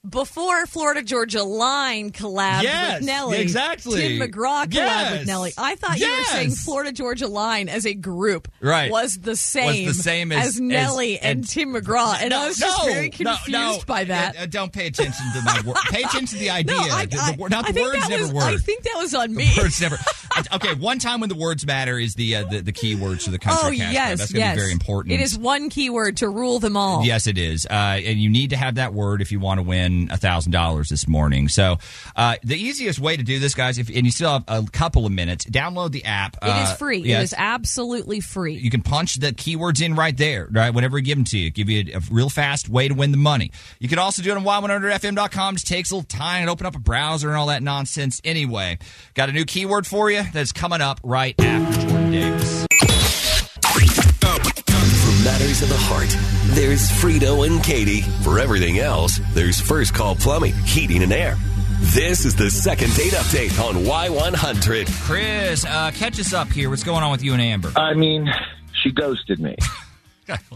Speaker 5: before Florida Georgia Line collabed
Speaker 4: Yes,
Speaker 5: with Nelly.
Speaker 4: exactly.
Speaker 5: Tim McGraw collabed
Speaker 4: Yes.
Speaker 5: with Nelly. I thought you were
Speaker 4: Yes.
Speaker 5: saying Florida Georgia Line as a group
Speaker 4: Right.
Speaker 5: was the same,
Speaker 4: same as-
Speaker 5: Nelly
Speaker 4: as-
Speaker 5: and,
Speaker 4: and-
Speaker 5: Tim McGraw. And I was just very confused by that.
Speaker 4: Uh, uh, don't pay attention to my word. pay attention to the idea. The- the wor- not
Speaker 5: I
Speaker 4: the
Speaker 5: think
Speaker 4: words
Speaker 5: that
Speaker 4: never
Speaker 5: was,
Speaker 4: work.
Speaker 5: I think that was on me.
Speaker 4: words never. uh, Okay, one time when the words matter is the uh, the, the key words for the country.
Speaker 5: Oh
Speaker 4: cash grab.
Speaker 5: yes,
Speaker 4: that's going to
Speaker 5: yes.
Speaker 4: be very important.
Speaker 5: It is one keyword to rule them all.
Speaker 4: Yes, it is, uh, and you need to have that word if you want to win thousand dollars this morning. So, uh, the easiest way to do this, guys, if and you still have a couple of minutes, download the app.
Speaker 5: It is
Speaker 4: Uh,
Speaker 5: free.
Speaker 4: yeah,
Speaker 5: It is absolutely free.
Speaker 4: you can punch the keywords in right there, right? Whenever we give them to you, give you a, a real fast way to win the money. You can also do it on y100fm.com. Just takes a little time and open up a browser and all that nonsense. Anyway, got a new keyword for you that's coming up right after Jordan. Davis.
Speaker 1: For matters of the heart, there's Frito and Katie. For everything else, there's First Call Plumbing, Heating and Air. This is the second date update on Y100.
Speaker 4: Chris, uh, catch us up here. What's going on with you and Amber?
Speaker 10: I mean, she ghosted me.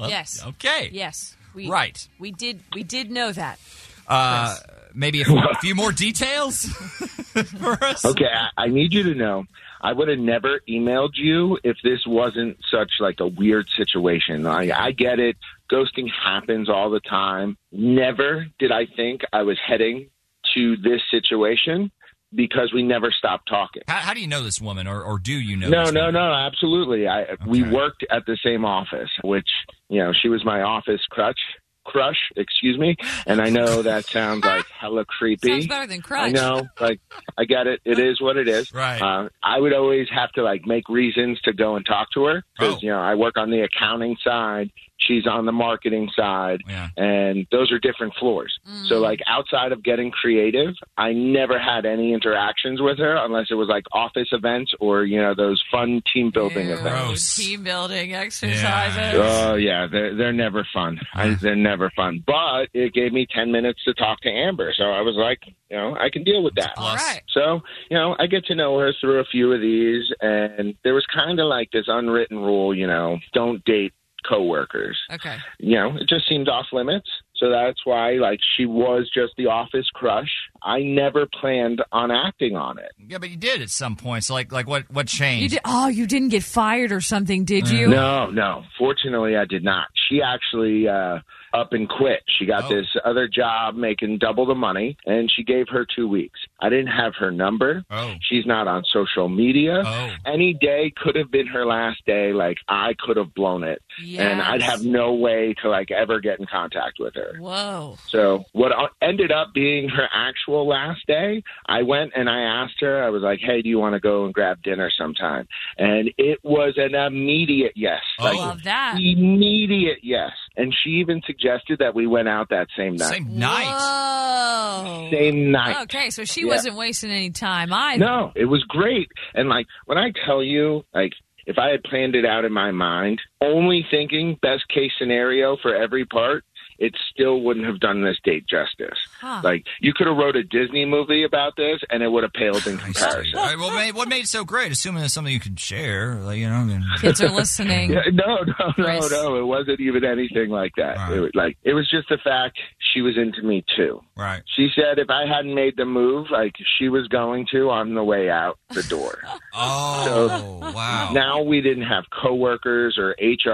Speaker 5: yes.
Speaker 4: Okay.
Speaker 5: Yes. We,
Speaker 4: Right.
Speaker 5: We did. We did know that.
Speaker 4: Uh, maybe a, a few more details for us.
Speaker 10: Okay, I, I need you to know. I would have never emailed you if this wasn't such like a weird situation. I, I get it. Ghosting happens all the time. Never did I think I was heading to this situation because we never stopped talking.
Speaker 4: How, how do you know this woman, or, or do you know?
Speaker 10: No,
Speaker 4: this
Speaker 10: no,
Speaker 4: woman?
Speaker 10: no, absolutely. I we worked at the same office, which you know she was my office crutch crush, excuse me. And I know that sounds like hella creepy.
Speaker 5: Sounds better than
Speaker 10: I
Speaker 5: crutch.
Speaker 10: know, like I get it. It is what it is.
Speaker 4: Right.
Speaker 10: Uh, I would always have to like make reasons to go and talk to her because
Speaker 4: Oh.
Speaker 10: you know I work on the accounting side. She's on the marketing side,
Speaker 4: Yeah.
Speaker 10: and those are different floors. So, like outside of getting creative, I never had any interactions with her unless it was like office events or you know those fun team building
Speaker 5: Ew,
Speaker 10: events.
Speaker 4: Gross.
Speaker 5: Team building
Speaker 4: Yeah.
Speaker 5: exercises.
Speaker 10: Oh yeah, they're they're never fun. I, they're never fun. But it gave me ten minutes to talk to Amber, so I was like, you know, I can deal with that.
Speaker 5: All right.
Speaker 10: So, you know, I get to know her through a few of these, and there was kind of like this unwritten rule, you know, don't date coworkers.
Speaker 5: Okay.
Speaker 10: You know, it just seemed off limits. So that's why, like, she was just the office crush. I never planned on acting on it.
Speaker 4: Yeah, but you did at some points. Like, like what? What
Speaker 5: You
Speaker 4: changed?
Speaker 5: did. Oh, you didn't get fired or something, did you?
Speaker 10: No, no. Fortunately, I did not. She actually uh, up and quit. She got
Speaker 4: Oh.
Speaker 10: this other job making double the money, and she gave her two weeks. I didn't have her number.
Speaker 4: Oh.
Speaker 10: She's not on social media.
Speaker 4: Oh.
Speaker 10: Any day could have been her last day. Like, I could have blown it. And I'd
Speaker 5: Yes.
Speaker 10: have no way to, like, ever get in contact with her.
Speaker 5: Whoa.
Speaker 10: So what ended up being her actual last day, I went and I asked her. I was like, "Hey, do you want to go and grab dinner sometime?" And it was an immediate yes,
Speaker 4: Oh.
Speaker 10: like
Speaker 5: Love that.
Speaker 10: immediate yes. And she even suggested that we went out that same night.
Speaker 4: Same night.
Speaker 5: Whoa.
Speaker 10: Same night.
Speaker 5: Oh. Okay, so she
Speaker 10: Yeah.
Speaker 5: wasn't wasting any time either.
Speaker 10: No, it was great. And like when I tell you, like if I had planned it out in my mind, only thinking best case scenario for every part, it still wouldn't have done this date justice.
Speaker 5: Huh.
Speaker 10: Like you could have wrote a Disney movie about this, and it would have paled in comparison.
Speaker 4: All right, well, made, what made it so great? Assuming it's something you could share, like you know. I mean-
Speaker 5: Kids are listening.
Speaker 10: Yeah, No, no, no,
Speaker 5: Chris.
Speaker 10: no. It wasn't even anything like that.
Speaker 4: Right.
Speaker 10: It was like it was just the fact she was into me too.
Speaker 4: Right.
Speaker 10: She said if I hadn't made the move, like she was going to on the way out the door.
Speaker 4: Oh wow.
Speaker 10: Now we didn't have coworkers or HR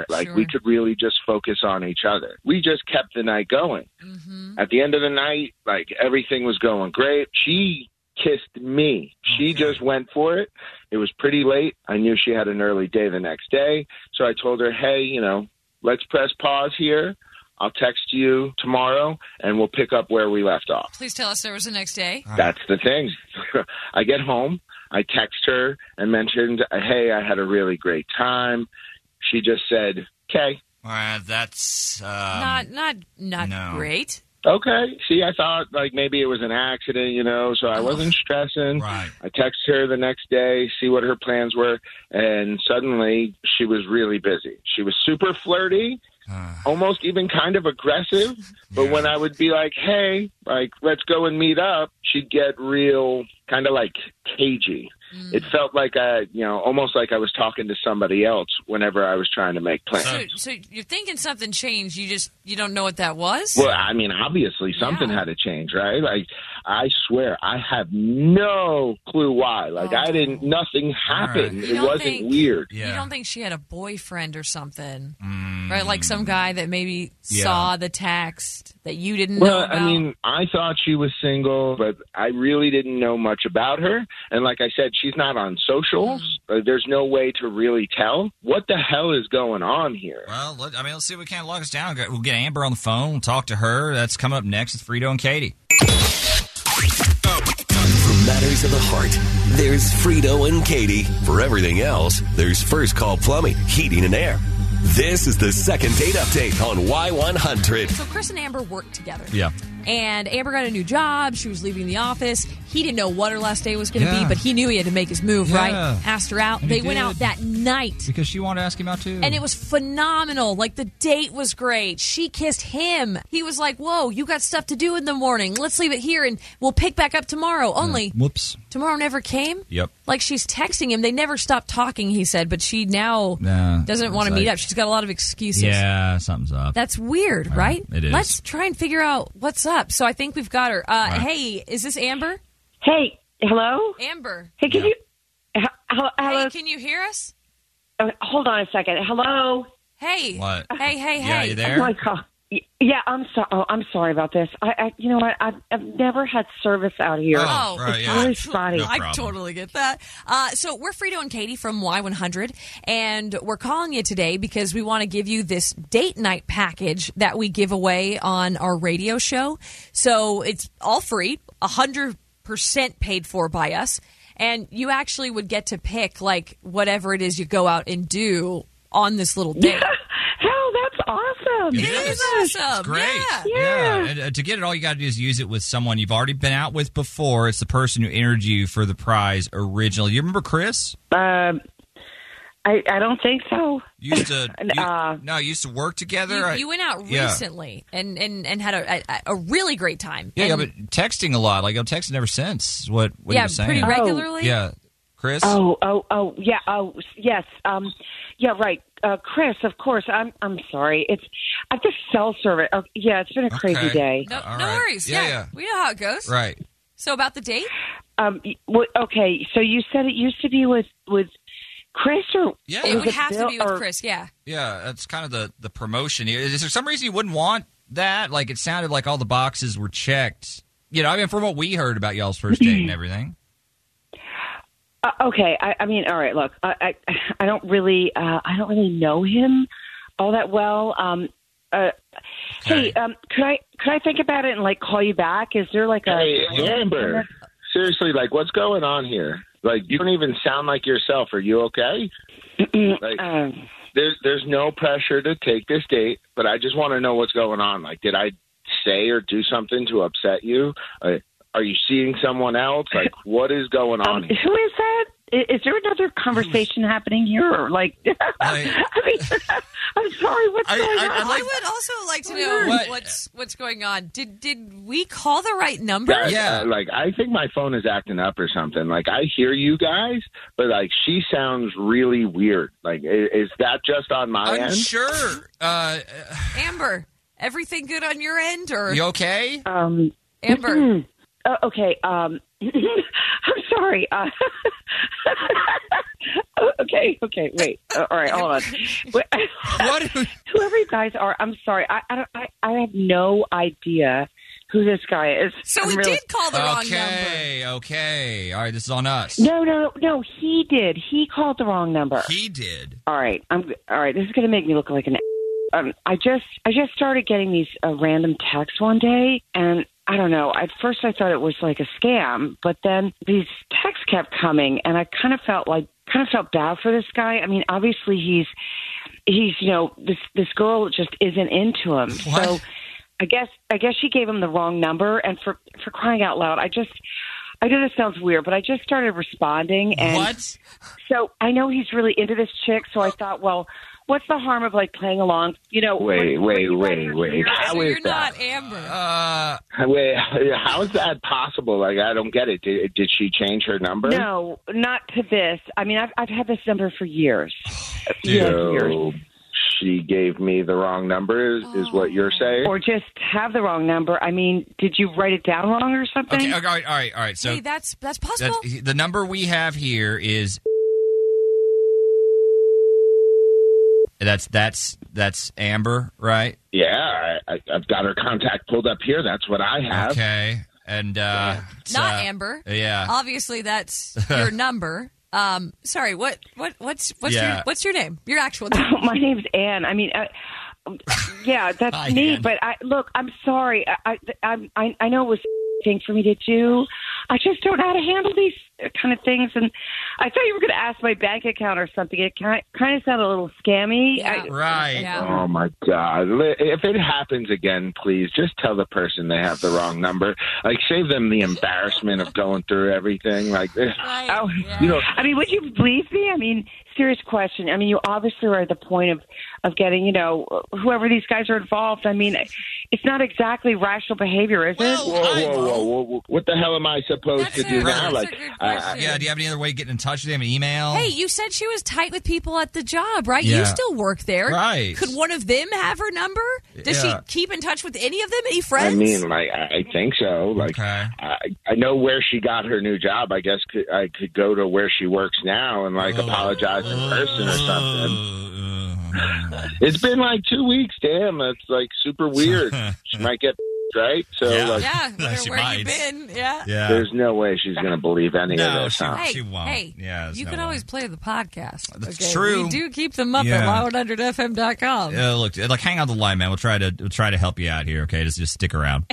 Speaker 10: or like we
Speaker 5: Sure.
Speaker 10: could really just focus on each other. We just kept the night going.
Speaker 5: hmm
Speaker 10: At the end of the night, like everything was going great. She kissed me. She
Speaker 4: Okay.
Speaker 10: just went for it. It was pretty late. I knew she had an early day the next day. So I told her, "Hey, you know, let's press pause here. I'll text you tomorrow and we'll pick up where we left off."
Speaker 5: Please tell us there was the next day.
Speaker 4: Ah.
Speaker 10: That's the thing. I get home, I text her and mentioned, "Hey, I had a really great time." She just said, "Okay,
Speaker 4: All right, that's um,
Speaker 5: not, not, not
Speaker 4: no.
Speaker 5: great.
Speaker 10: okay." See, I thought like maybe it was an accident, you know, so I wasn't stressing.
Speaker 4: right.
Speaker 10: I text her the next day, see what her plans were, and suddenly she was really busy. She was super flirty,
Speaker 4: Uh,
Speaker 10: almost even kind of aggressive. But
Speaker 4: Yeah.
Speaker 10: when I would be like, "Hey, like let's go and meet up," she'd get real kind of like cagey. It felt like I, you know, almost like I was talking to somebody else whenever I was trying to make plans.
Speaker 5: So, so you're thinking something changed. You just you don't know what that was.
Speaker 10: Well, I mean, obviously something
Speaker 5: Yeah.
Speaker 10: had to change, right? Like, I swear, I have no clue why. Like, I
Speaker 5: Oh.
Speaker 10: didn't. Nothing happened.
Speaker 5: You
Speaker 10: It
Speaker 5: don't
Speaker 10: wasn't
Speaker 5: think-
Speaker 10: weird.
Speaker 5: You
Speaker 4: Yeah.
Speaker 5: don't think she had a boyfriend or something,
Speaker 4: mm,
Speaker 5: right? Like some guy that maybe
Speaker 4: Yeah.
Speaker 5: saw the text that you didn't know
Speaker 10: Well,
Speaker 5: about.
Speaker 10: I mean, I thought she was single, but I really didn't know much about her. And like I said, she's not on socials.
Speaker 5: Mm.
Speaker 10: Uh, There's no way to really tell what the hell is going on here.
Speaker 4: Well, let, I mean, let's see if we can't lock us down. We'll get Amber on the phone. We'll talk to her. That's coming up next. It's Frito and Katie.
Speaker 1: For matters of the heart, there's Frito and Katie. For everything else, there's First Call Plumbing, Heating and Air. This is the second date update on Y100.
Speaker 5: so Chris and Amber worked together.
Speaker 4: Yeah.
Speaker 5: And Amber got a new job. She was leaving the office. He didn't know what her last day was going to
Speaker 4: Yeah.
Speaker 5: be, but he knew he had to make his move, right?
Speaker 4: Yeah.
Speaker 5: Asked her out.
Speaker 4: And he
Speaker 5: they went
Speaker 4: did.
Speaker 5: out that night.
Speaker 4: Because she wanted to ask him out too.
Speaker 5: And it was phenomenal. Like the date was great. She kissed him. He was like, "Whoa, you got stuff to do in the morning. Let's leave it here and we'll pick back up tomorrow." Only
Speaker 4: Whoops.
Speaker 5: tomorrow never came.
Speaker 4: Yep.
Speaker 5: Like she's texting him. They never stopped talking. He said, but she now
Speaker 4: Nah,
Speaker 5: doesn't want to
Speaker 4: it's
Speaker 5: meet
Speaker 4: like-
Speaker 5: up. She's got a lot of excuses.
Speaker 4: Yeah, something's up.
Speaker 5: That's weird, right?
Speaker 4: it is.
Speaker 5: Let's try and figure out what's up. So I think we've got her. Uh, Hey, is this Amber?
Speaker 12: Hey, hello?
Speaker 5: Amber.
Speaker 12: Hey, can you? h- h- Hello.
Speaker 5: Hey, can you hear us?
Speaker 12: uh, hold on a second. Hello.
Speaker 5: Hey.
Speaker 12: What?
Speaker 5: Hey, hey, hey.
Speaker 12: Oh my God. Y- Yeah, I'm sorry. Oh, I'm sorry about this. I, I you know what? I've, I've never had service out here.
Speaker 5: Oh,
Speaker 12: it's really spotty.
Speaker 5: I totally get that. Uh, so we're Frito and Katie from Y100, and we're calling you today because we want to give you this date night package that we give away on our radio show. So it's all free, 100% paid for by us. And you actually would get to pick, like, whatever it is you go out and do on this little date.
Speaker 12: Hell, that's awesome.
Speaker 5: It is awesome.
Speaker 4: It's great.
Speaker 5: Yeah.
Speaker 4: And, uh, to get it, all you got to do is use it with someone you've already been out with before. It's the person who entered you for the prize originally. You remember Chris?
Speaker 12: Um, I, I don't think so.
Speaker 4: You used to you- no, you used to work together.
Speaker 5: You,
Speaker 4: I-
Speaker 5: you went out
Speaker 4: Yeah.
Speaker 5: recently and, and, and had a, a, a really great time.
Speaker 4: Yeah, yeah,
Speaker 5: And-
Speaker 4: but texting a lot. Like I'm texting ever since. What? what
Speaker 5: Yeah,
Speaker 4: he was saying.
Speaker 5: pretty Oh. regularly.
Speaker 4: Yeah, Chris.
Speaker 12: Oh, oh, oh, yeah. Oh, yes. Um, yeah, right. Uh, Chris, of course. I'm. I'm sorry. It's. I've just cell service. Oh, yeah, it's been a crazy
Speaker 4: Okay.
Speaker 12: day.
Speaker 5: No,
Speaker 4: All
Speaker 5: no
Speaker 4: right.
Speaker 5: worries.
Speaker 4: Yeah,
Speaker 5: Yeah,
Speaker 4: yeah.
Speaker 5: we know how it goes.
Speaker 4: Right.
Speaker 5: So about the date?
Speaker 12: Um. y- Well, okay. So you said it used to be with with Chris or
Speaker 4: Yeah.
Speaker 5: It
Speaker 12: was
Speaker 5: would have to
Speaker 12: Bill
Speaker 5: be with
Speaker 12: or-
Speaker 5: Chris. Yeah.
Speaker 4: Yeah, that's kind of the the promotion. Is, is there some reason you wouldn't want that? Like it sounded like all the boxes were checked. You know, I mean, from what we heard about y'all's first date and everything.
Speaker 12: Uh, okay, I, I mean, all right. Look, I, I, I don't really, uh, I don't really know him all that well. Um, uh, Hey, um, could I, could I think about it and like call you back? Is there like a
Speaker 10: Hey, Amber, seriously, like, what's going on here? Like, you don't even sound like yourself. Are you okay? like, there's there's no pressure to take this date, but I just want to know what's going on. Like, did I say or do something to upset you? Uh, are you seeing someone else? Like, what is going on?
Speaker 12: Um,
Speaker 10: here?
Speaker 12: who is that? I- Is there another conversation happening here? Or like, I mean, I'm sorry. What's going on?
Speaker 5: I would also like to know
Speaker 12: What?
Speaker 5: what's what's going on. Did did we call the right number?
Speaker 10: That- uh, like I think my phone is acting up or something. Like I hear you guys, but like she sounds really weird. Like is, is that just on my end?
Speaker 4: Unsure. Uh,
Speaker 5: Amber, everything good on your end or
Speaker 4: You okay?
Speaker 12: Um,
Speaker 5: Amber.
Speaker 12: uh, okay. Um, I'm sorry. Uh, okay. Okay. Wait. Uh, all right. Hold on. Wait, Whoever you guys are, I'm sorry. I I, don't, I I have no idea who this guy is.
Speaker 5: So
Speaker 12: I'm
Speaker 5: we
Speaker 12: really-
Speaker 5: did call the wrong number.
Speaker 4: okay, okay. All right, this is on us.
Speaker 12: No, no, no. He did. He called the wrong number.
Speaker 4: He did.
Speaker 12: All right. I'm. All right. This is going to make me look like an. a- Um, I just. I just started getting these uh, random texts one day, and I don't know. At first, I thought it was like a scam, but then these texts kept coming, and I kind of felt like kind of felt bad for this guy. I mean, obviously he's he's you know this this girl just isn't into him. So I guess I guess she gave him the wrong number, and for for crying out loud, I just. I know this sounds weird, but I just started responding, and
Speaker 4: What?
Speaker 12: so I know he's really into this chick. So I thought, well, what's the harm of like playing along? You know,
Speaker 10: Wait, wait, wait, wait. How is that?
Speaker 5: Amber.
Speaker 4: Uh,
Speaker 10: wait, how is that possible? Like I don't get it. Did, did she change her number?
Speaker 12: no, not to this. I mean, I've I've had this number for years. Yeah,
Speaker 10: So she gave me the wrong number. Is, is what you're saying?
Speaker 12: Or just have the wrong number. I mean, did you write it down wrong or something?
Speaker 4: Okay, okay, all right, all right, all right. So
Speaker 5: hey, that's that's
Speaker 4: that-
Speaker 5: possible.
Speaker 4: the number we have here is that's that's that's Amber, right?
Speaker 10: Yeah, I, I, I've got her contact pulled up here. That's what I have.
Speaker 4: Okay, and uh, it's,
Speaker 5: Not
Speaker 4: uh,
Speaker 5: Amber.
Speaker 4: Yeah.
Speaker 5: Obviously that's your number. Um sorry, what what what's what's
Speaker 12: Yeah.
Speaker 5: your what's your name? Your actual name.
Speaker 12: My name's Anne. I mean,
Speaker 13: uh,
Speaker 12: I, yeah, that's
Speaker 5: Hi,
Speaker 12: me.
Speaker 5: Anne.
Speaker 12: But I look, I'm sorry. I I I'm- I, I know it was thing for me to do. I just don't know how to handle these kind of things. And I thought you were going to ask my bank account or something. It kind of, kind of sounded a little scammy. I,
Speaker 4: right.
Speaker 10: Oh my God! Li- If it happens again, please just tell the person they have the wrong number. Like save them the embarrassment of going through everything. Like,
Speaker 12: Oh,
Speaker 10: you know,
Speaker 12: I mean, would you believe me? I mean, serious question. I mean, you obviously are at the point of of getting, you know, whoever these guys are involved. I mean, it's not exactly rational behavior, is it?
Speaker 10: whoa, whoa, whoa, whoa, whoa! What the hell am I supposed to do
Speaker 4: that's a
Speaker 10: now? Like,
Speaker 4: good
Speaker 10: I- I-
Speaker 4: Uh, yeah, do you have any other way of getting in touch? Do they have an email?
Speaker 5: Hey, you said she was tight with people at the job, right? You
Speaker 4: Oh. Yeah.
Speaker 5: still work there.
Speaker 4: Right.
Speaker 5: Could one of them have her number? Does
Speaker 10: Yeah.
Speaker 5: she keep in touch with any of them? Any friends?
Speaker 10: I mean, like I I think so. Like I, I know where she got her new job. I guess could, I could go to where she works now and like apologize in person or something. it's been like two weeks. Damn, that's like super weird. she might get right. So uh, like,
Speaker 5: yeah, where, where you been? Yeah.
Speaker 10: There's no way she's gonna believe any
Speaker 4: No,
Speaker 10: of this.
Speaker 4: she-
Speaker 10: huh?
Speaker 5: Hey,
Speaker 4: won't.
Speaker 5: hey,
Speaker 4: Yeah, there's
Speaker 5: you
Speaker 4: no
Speaker 5: can
Speaker 4: way.
Speaker 5: always play the podcast. That's
Speaker 4: true.
Speaker 5: We do keep them up
Speaker 4: Yeah.
Speaker 5: at loud100fm.com.
Speaker 4: Uh, look, like hang on the line, man. We'll try to we'll try to help you out here. Okay, just just stick around.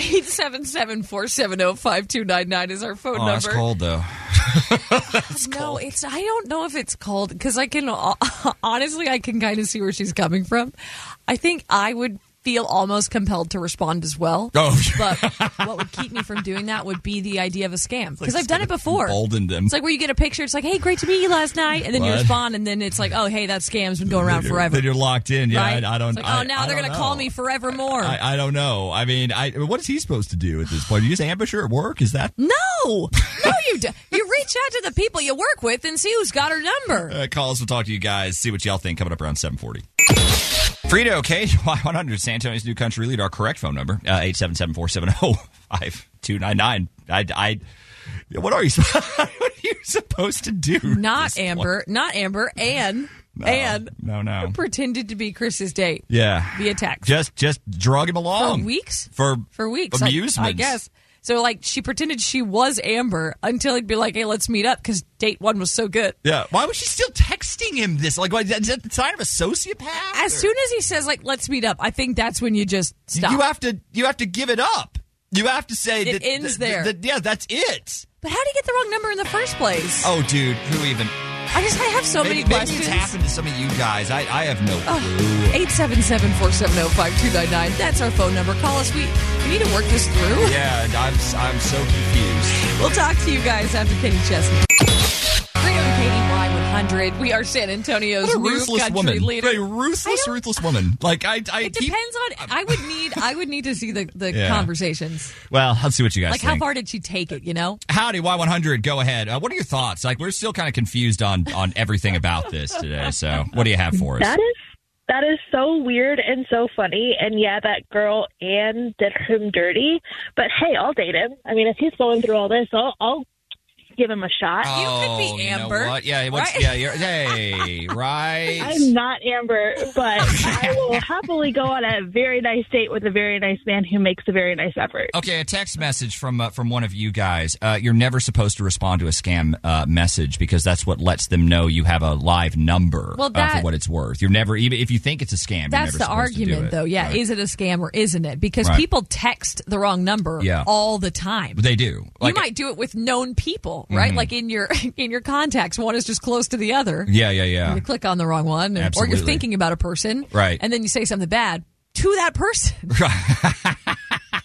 Speaker 5: 877-470-5299 is our phone
Speaker 4: oh,
Speaker 5: number.
Speaker 4: that's cold though.
Speaker 5: no, it's I don't know if it's cold because I can uh, honestly I can kind of see where she's coming from. I think I would feel almost compelled to respond as well.
Speaker 4: Oh.
Speaker 5: but what would keep me from doing that would be the idea of a scam because I've done it before.
Speaker 4: Boldened them.
Speaker 5: It's like where you get a picture. It's like, hey, great to meet you last night, and then you
Speaker 4: What?
Speaker 5: respond, and then it's like, oh, hey, that scam's been going around
Speaker 4: Then you're-
Speaker 5: forever.
Speaker 4: Then you're locked in. Yeah,
Speaker 5: right?
Speaker 4: I, I don't.
Speaker 5: It's like,
Speaker 4: I,
Speaker 5: oh, now
Speaker 4: I
Speaker 5: they're
Speaker 4: don't
Speaker 5: gonna
Speaker 4: know.
Speaker 5: call me forevermore.
Speaker 4: I, I don't know. I mean, I what is he supposed to do at this point? You just ambush her at work? Is that
Speaker 5: no? no, you do. You reach out to the people you work with and see who's got her number.
Speaker 4: Uh, call us. We'll talk to you guys. See what y'all think. Coming up around seven forty. Frito, KY100, San Antonio's new country leader. Our correct phone number, uh, eight seven seven four seven zero five two nine nine. I, I, what are you? what are you supposed to do?
Speaker 5: Not Amber. Not Amber. Anne. Anne
Speaker 4: No, no.
Speaker 5: pretended to be Chris's date
Speaker 4: Oh. Yeah,
Speaker 5: via text.
Speaker 4: just just drug him along
Speaker 5: For weeks?
Speaker 4: for
Speaker 5: for weeks. I-
Speaker 4: amusement.
Speaker 5: I, guess. So, like, she pretended she was Amber until he'd be like, hey, let's meet up because date one was so good.
Speaker 4: Yeah. Why was she still texting him this? Like, why, is that the sign of a sociopath?
Speaker 5: As soon as he says, like, let's meet up, I think that's when you just stop.
Speaker 4: You have to. You have to give it up. You have to say
Speaker 5: It
Speaker 4: that,
Speaker 5: ends
Speaker 4: that-
Speaker 5: there.
Speaker 4: that- yeah, that's it.
Speaker 5: But how do you get the wrong number in the first place?
Speaker 4: Oh, dude, who even?
Speaker 5: I just I have so
Speaker 4: maybe,
Speaker 5: many
Speaker 4: maybe
Speaker 5: questions. Oh,
Speaker 4: it's happened to some of you guys. I, I have no clue.
Speaker 5: 877 470 5299. That's our phone number. Call us. We, we need to work this through.
Speaker 4: Yeah, and I'm I'm so confused.
Speaker 5: We'll talk to you guys after Katie Chesney. Great on KDY 100. We are San Antonio's
Speaker 4: What a
Speaker 5: new
Speaker 4: ruthless
Speaker 5: country
Speaker 4: woman.
Speaker 5: leader.
Speaker 4: A ruthless, ruthless woman. Like I, I
Speaker 5: It
Speaker 4: keep.
Speaker 5: depends on. I would need. I would need to see the the
Speaker 4: Yeah.
Speaker 5: conversations.
Speaker 4: Well, let's see what you guys
Speaker 5: Like,
Speaker 4: think.
Speaker 5: how far did she take it? You know.
Speaker 4: Howdy, Y100. Go ahead. Uh, what are your thoughts? Like, we're still kind of confused on on everything about this today. So, what do you have for us?
Speaker 14: That is that is so weird and so funny. And yeah, that girl Anne did him dirty. But hey, I'll date him. I mean, if he's going through all this, I'll, I'll give him a shot.
Speaker 4: oh, you know
Speaker 14: Amber,
Speaker 4: what? Yeah, what's,
Speaker 14: right?
Speaker 4: yeah, you're, hey, right?
Speaker 14: I'm not Amber, but I will happily go on a very nice date with a very nice man who makes a very nice effort.
Speaker 4: Okay, a text message from uh, from one of you guys. Uh, you're never supposed to respond to a scam uh, message because that's what lets them know you have a live number.
Speaker 5: Well,
Speaker 4: uh,
Speaker 5: that-
Speaker 4: for what it's worth, you're never even if you think it's a scam.
Speaker 5: That's
Speaker 4: you're never
Speaker 5: the
Speaker 4: supposed to do
Speaker 5: argument,
Speaker 4: it.
Speaker 5: though. Yeah, is it a scam or isn't it? Because
Speaker 4: Right.
Speaker 5: people text the wrong number
Speaker 4: Yeah.
Speaker 5: all the time.
Speaker 4: They do. Like-
Speaker 5: you might do it with known people, right?
Speaker 4: Mhm.
Speaker 5: Like in your in your contacts, one is just close to the other.
Speaker 4: Yeah, yeah, yeah.
Speaker 5: You click on the wrong one, or, or you're
Speaker 4: Absolutely.
Speaker 5: thinking about a person,
Speaker 4: Right.
Speaker 5: And then you say something bad to that person.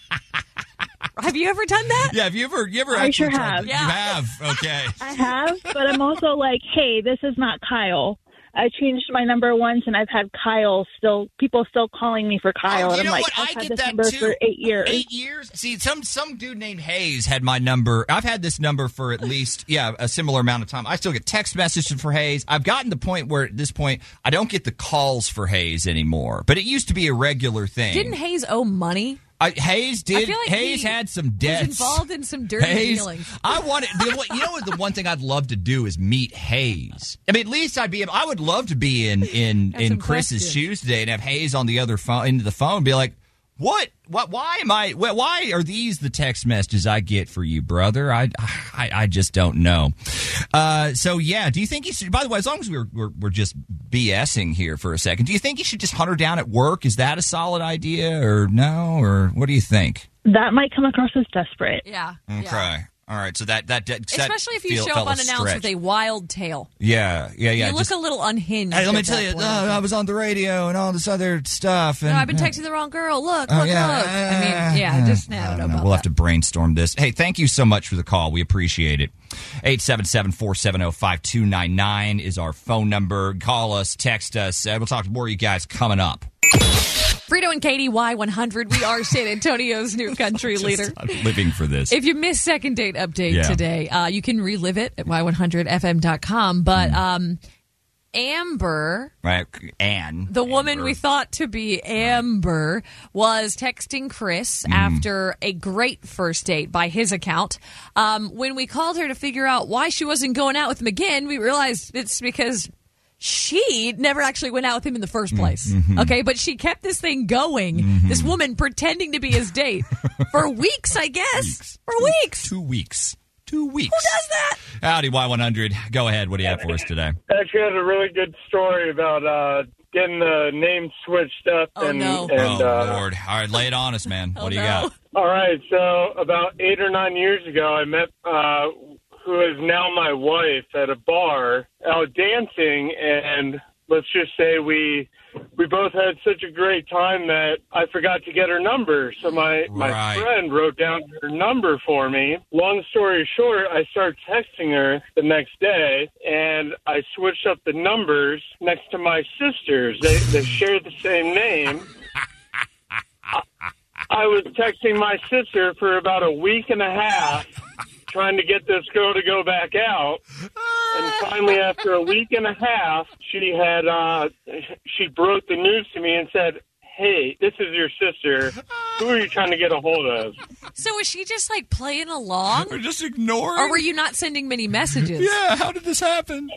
Speaker 5: Have you ever done that?
Speaker 4: Yeah, have you ever? You ever?
Speaker 14: I
Speaker 4: actually
Speaker 14: sure
Speaker 4: tried
Speaker 14: have.
Speaker 4: to-
Speaker 14: Yeah.
Speaker 4: You have. Okay.
Speaker 14: I have, but I'm also like, hey, this is not Kyle. I changed my number once, and I've had Kyle still people still calling me for Kyle,
Speaker 4: Oh,
Speaker 14: and
Speaker 4: you
Speaker 14: I'm
Speaker 4: know
Speaker 14: like,
Speaker 4: what?
Speaker 14: I've
Speaker 4: I
Speaker 14: had
Speaker 4: get
Speaker 14: this
Speaker 4: that
Speaker 14: number
Speaker 4: too.
Speaker 14: for eight years.
Speaker 4: Eight years. See, some some dude named Hayes had my number. I've had this number for at least yeah a similar amount of time. I still get text messages for Hayes. I've gotten to the point where at this point I don't get the calls for Hayes anymore. But it used to be a regular thing.
Speaker 5: Didn't Hayes owe money?
Speaker 4: I, Hayes did.
Speaker 5: I feel like
Speaker 4: Hayes
Speaker 5: he
Speaker 4: had some
Speaker 5: Was
Speaker 4: debts.
Speaker 5: involved in some dirty
Speaker 4: Hayes,
Speaker 5: dealings.
Speaker 4: I wanted. You know, what, you know what? The one thing I'd love to do is meet Hayes. I mean, at least I'd be. I would love to be in in
Speaker 5: Have
Speaker 4: in
Speaker 5: some
Speaker 4: Chris's
Speaker 5: questions.
Speaker 4: shoes today and have Hayes on the other phone into the phone. And be like, what? What? Why am I? wh- Why are these the text messages I get for you, brother? I I, I just don't know. Uh, so yeah, do you think he should? By the way, as long as we're, we're we're just BSing here for a second, do you think he should just hunt her down at work? Is that a solid idea or no? Or what do you think?
Speaker 14: That might come across as desperate.
Speaker 5: Yeah.
Speaker 4: Okay. All right. So that that, that that
Speaker 5: Especially if you
Speaker 4: feel-
Speaker 5: show up
Speaker 4: felt a
Speaker 5: unannounced
Speaker 4: stretch.
Speaker 5: with a wild tale.
Speaker 4: Yeah, yeah, yeah.
Speaker 5: you
Speaker 4: just-
Speaker 5: look a little unhinged.
Speaker 4: Hey, let me
Speaker 5: at
Speaker 4: tell
Speaker 5: that
Speaker 4: you,
Speaker 5: point.
Speaker 4: uh, I was on the radio and all this other stuff. And
Speaker 5: no, I've been texting the wrong girl. Look,
Speaker 4: Oh,
Speaker 5: look,
Speaker 4: yeah.
Speaker 5: look. I mean, yeah, just now.
Speaker 4: I don't know. We'll have to brainstorm this. Hey, thank you so much for the call. We appreciate it. oh, 877-470-5299 is our phone number. Call us, text us. Uh, we'll talk to more of you guys coming up.
Speaker 5: Frito and Katie Y100. We are San Antonio's new country leader.
Speaker 4: I'm living for this.
Speaker 5: If you missed second date update
Speaker 4: Yeah.
Speaker 5: today, uh, you can relive it at y100fm.com.
Speaker 4: Hmm.
Speaker 5: But um, Amber,
Speaker 4: right, Anne.
Speaker 5: the woman we thought to be Amber, was texting Chris
Speaker 4: Hmm.
Speaker 5: after a great first date by his account. Um, when we called her to figure out why she wasn't going out with him again, we realized it's because. She never actually went out with him in the first
Speaker 4: Mm-hmm.
Speaker 5: place.
Speaker 15: mhm.
Speaker 5: Okay, but she kept this thing going. This woman pretending to be his date for weeks, I guess. For weeks.
Speaker 4: Two weeks. Two weeks. Who does that? Howdy, Y100. Go ahead. What do you have for us today?
Speaker 9: Actually, had a really good story about uh, getting the name switched up. and, and,
Speaker 4: oh,
Speaker 9: uh,
Speaker 4: Lord. All right, lay it on us, man. What do you
Speaker 5: Oh,
Speaker 4: got?
Speaker 9: All right, so about eight or nine years ago, I met uh, who is now my wife at a bar out dancing, and let's just say we we both had such a great time that I forgot to get her number. So my my
Speaker 16: Right.
Speaker 9: friend wrote down her number for me. Long story short, I started texting her the next day, and I switched up the numbers next to my sisters. They they shared the same name. I was texting my sister for about a week and a half trying to get this girl to go back out. And finally, after a week and a half, she had, uh, she broke the news to me and said, Hey, this is your sister. Who are you trying to get a hold of?
Speaker 5: So was she just like playing along? Or
Speaker 4: just ignoring?
Speaker 5: Or were you not sending many messages?
Speaker 4: yeah, how did this happen?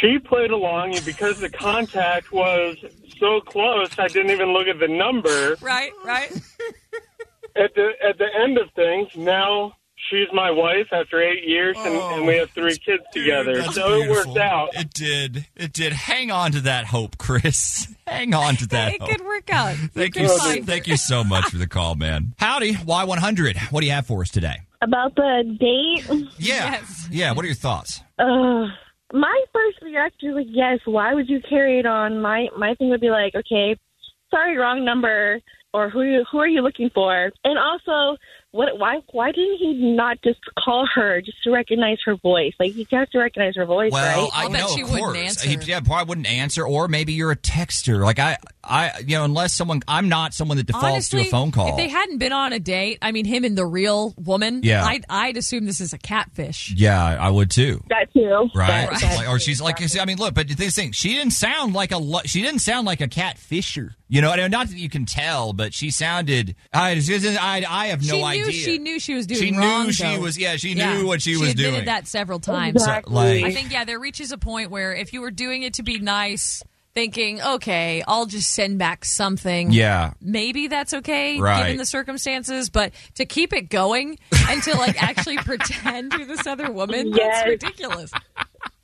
Speaker 9: She played along, and because the contact was so close, I didn't even look at the number.
Speaker 5: Right, right.
Speaker 9: at the at the end of things, now she's my wife after eight years, and, and we have three kids together.
Speaker 4: that's
Speaker 9: So it
Speaker 4: Oh, beautiful.
Speaker 9: worked out.
Speaker 4: It did. It did. Hang on to that hope, Chris. Hang on to that
Speaker 5: It
Speaker 4: hope.
Speaker 5: could work out.
Speaker 4: Thank
Speaker 5: could
Speaker 4: you.
Speaker 5: find
Speaker 4: So,
Speaker 5: her.
Speaker 4: thank you so much for the call, man. Howdy, Y100. What do you have for us today?
Speaker 14: About the date?
Speaker 4: Yeah. Yeah, what are your thoughts?
Speaker 14: Ugh. my first reaction was like, yes, why would you carry it on? My my thing would be like, okay, sorry, wrong number, or who you- who are you looking for? And also, what why why didn't he not just call her just to recognize her voice? Like you have to recognize her voice,
Speaker 4: Well,
Speaker 14: right?
Speaker 4: I know, of course. He, yeah, probably wouldn't answer, or maybe you're a texter. Like I, I, you know, unless someone, I'm not someone that defaults
Speaker 5: Honestly,
Speaker 4: to a phone call.
Speaker 5: If they hadn't been on a date, I mean, him and the real woman,
Speaker 4: Yeah.
Speaker 5: I'd, I'd assume this is a catfish.
Speaker 4: yeah, I would too.
Speaker 14: That too.
Speaker 4: Right, Like, or she's like, I mean, look, but this thing, she didn't sound like a, lo- she didn't sound like a catfisher. You know, and not that you can tell, but she sounded. I, I, I have no
Speaker 5: she knew
Speaker 4: idea.
Speaker 5: she knew she was doing
Speaker 4: She knew
Speaker 5: wrong,
Speaker 4: she
Speaker 5: though.
Speaker 4: was- yeah, she knew what she was
Speaker 5: admitted
Speaker 4: doing.
Speaker 5: that several times.
Speaker 4: Exactly. So, like-
Speaker 5: I think yeah, there reaches a point where if you were doing it to be nice, thinking, okay, I'll just send back something.
Speaker 4: Yeah.
Speaker 5: Maybe that's okay
Speaker 4: Right.
Speaker 5: given the circumstances, but to keep it going and to like actually pretend you're this other woman,
Speaker 14: Yes.
Speaker 5: that's ridiculous.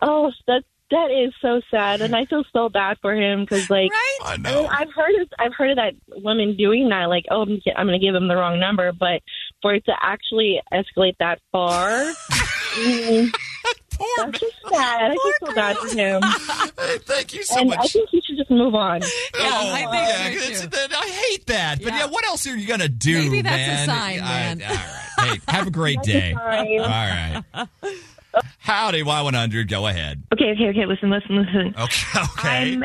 Speaker 14: Oh, that's that is so sad, and I feel so bad for him because like
Speaker 4: I
Speaker 14: know I've heard of, I've heard of that woman doing that, like oh I'm, gi- I'm going to give him the wrong number, but for it to actually escalate that far, mm, that's just sad. I feel so bad for him.
Speaker 4: Thank you
Speaker 14: so and I
Speaker 4: much.
Speaker 14: think he should just move on.
Speaker 4: Oh, yeah, it's- that- I hate that. But yeah. what else are you gonna do?
Speaker 14: Maybe that's
Speaker 4: man?
Speaker 14: a sign,
Speaker 4: I-
Speaker 14: man.
Speaker 4: all right. Hey, have a great
Speaker 14: That's a
Speaker 4: day.
Speaker 14: sign.
Speaker 4: All right. Howdy, Y100. Go ahead.
Speaker 13: Okay, okay, okay. Listen, listen, listen.
Speaker 4: Okay, okay.
Speaker 13: I'm,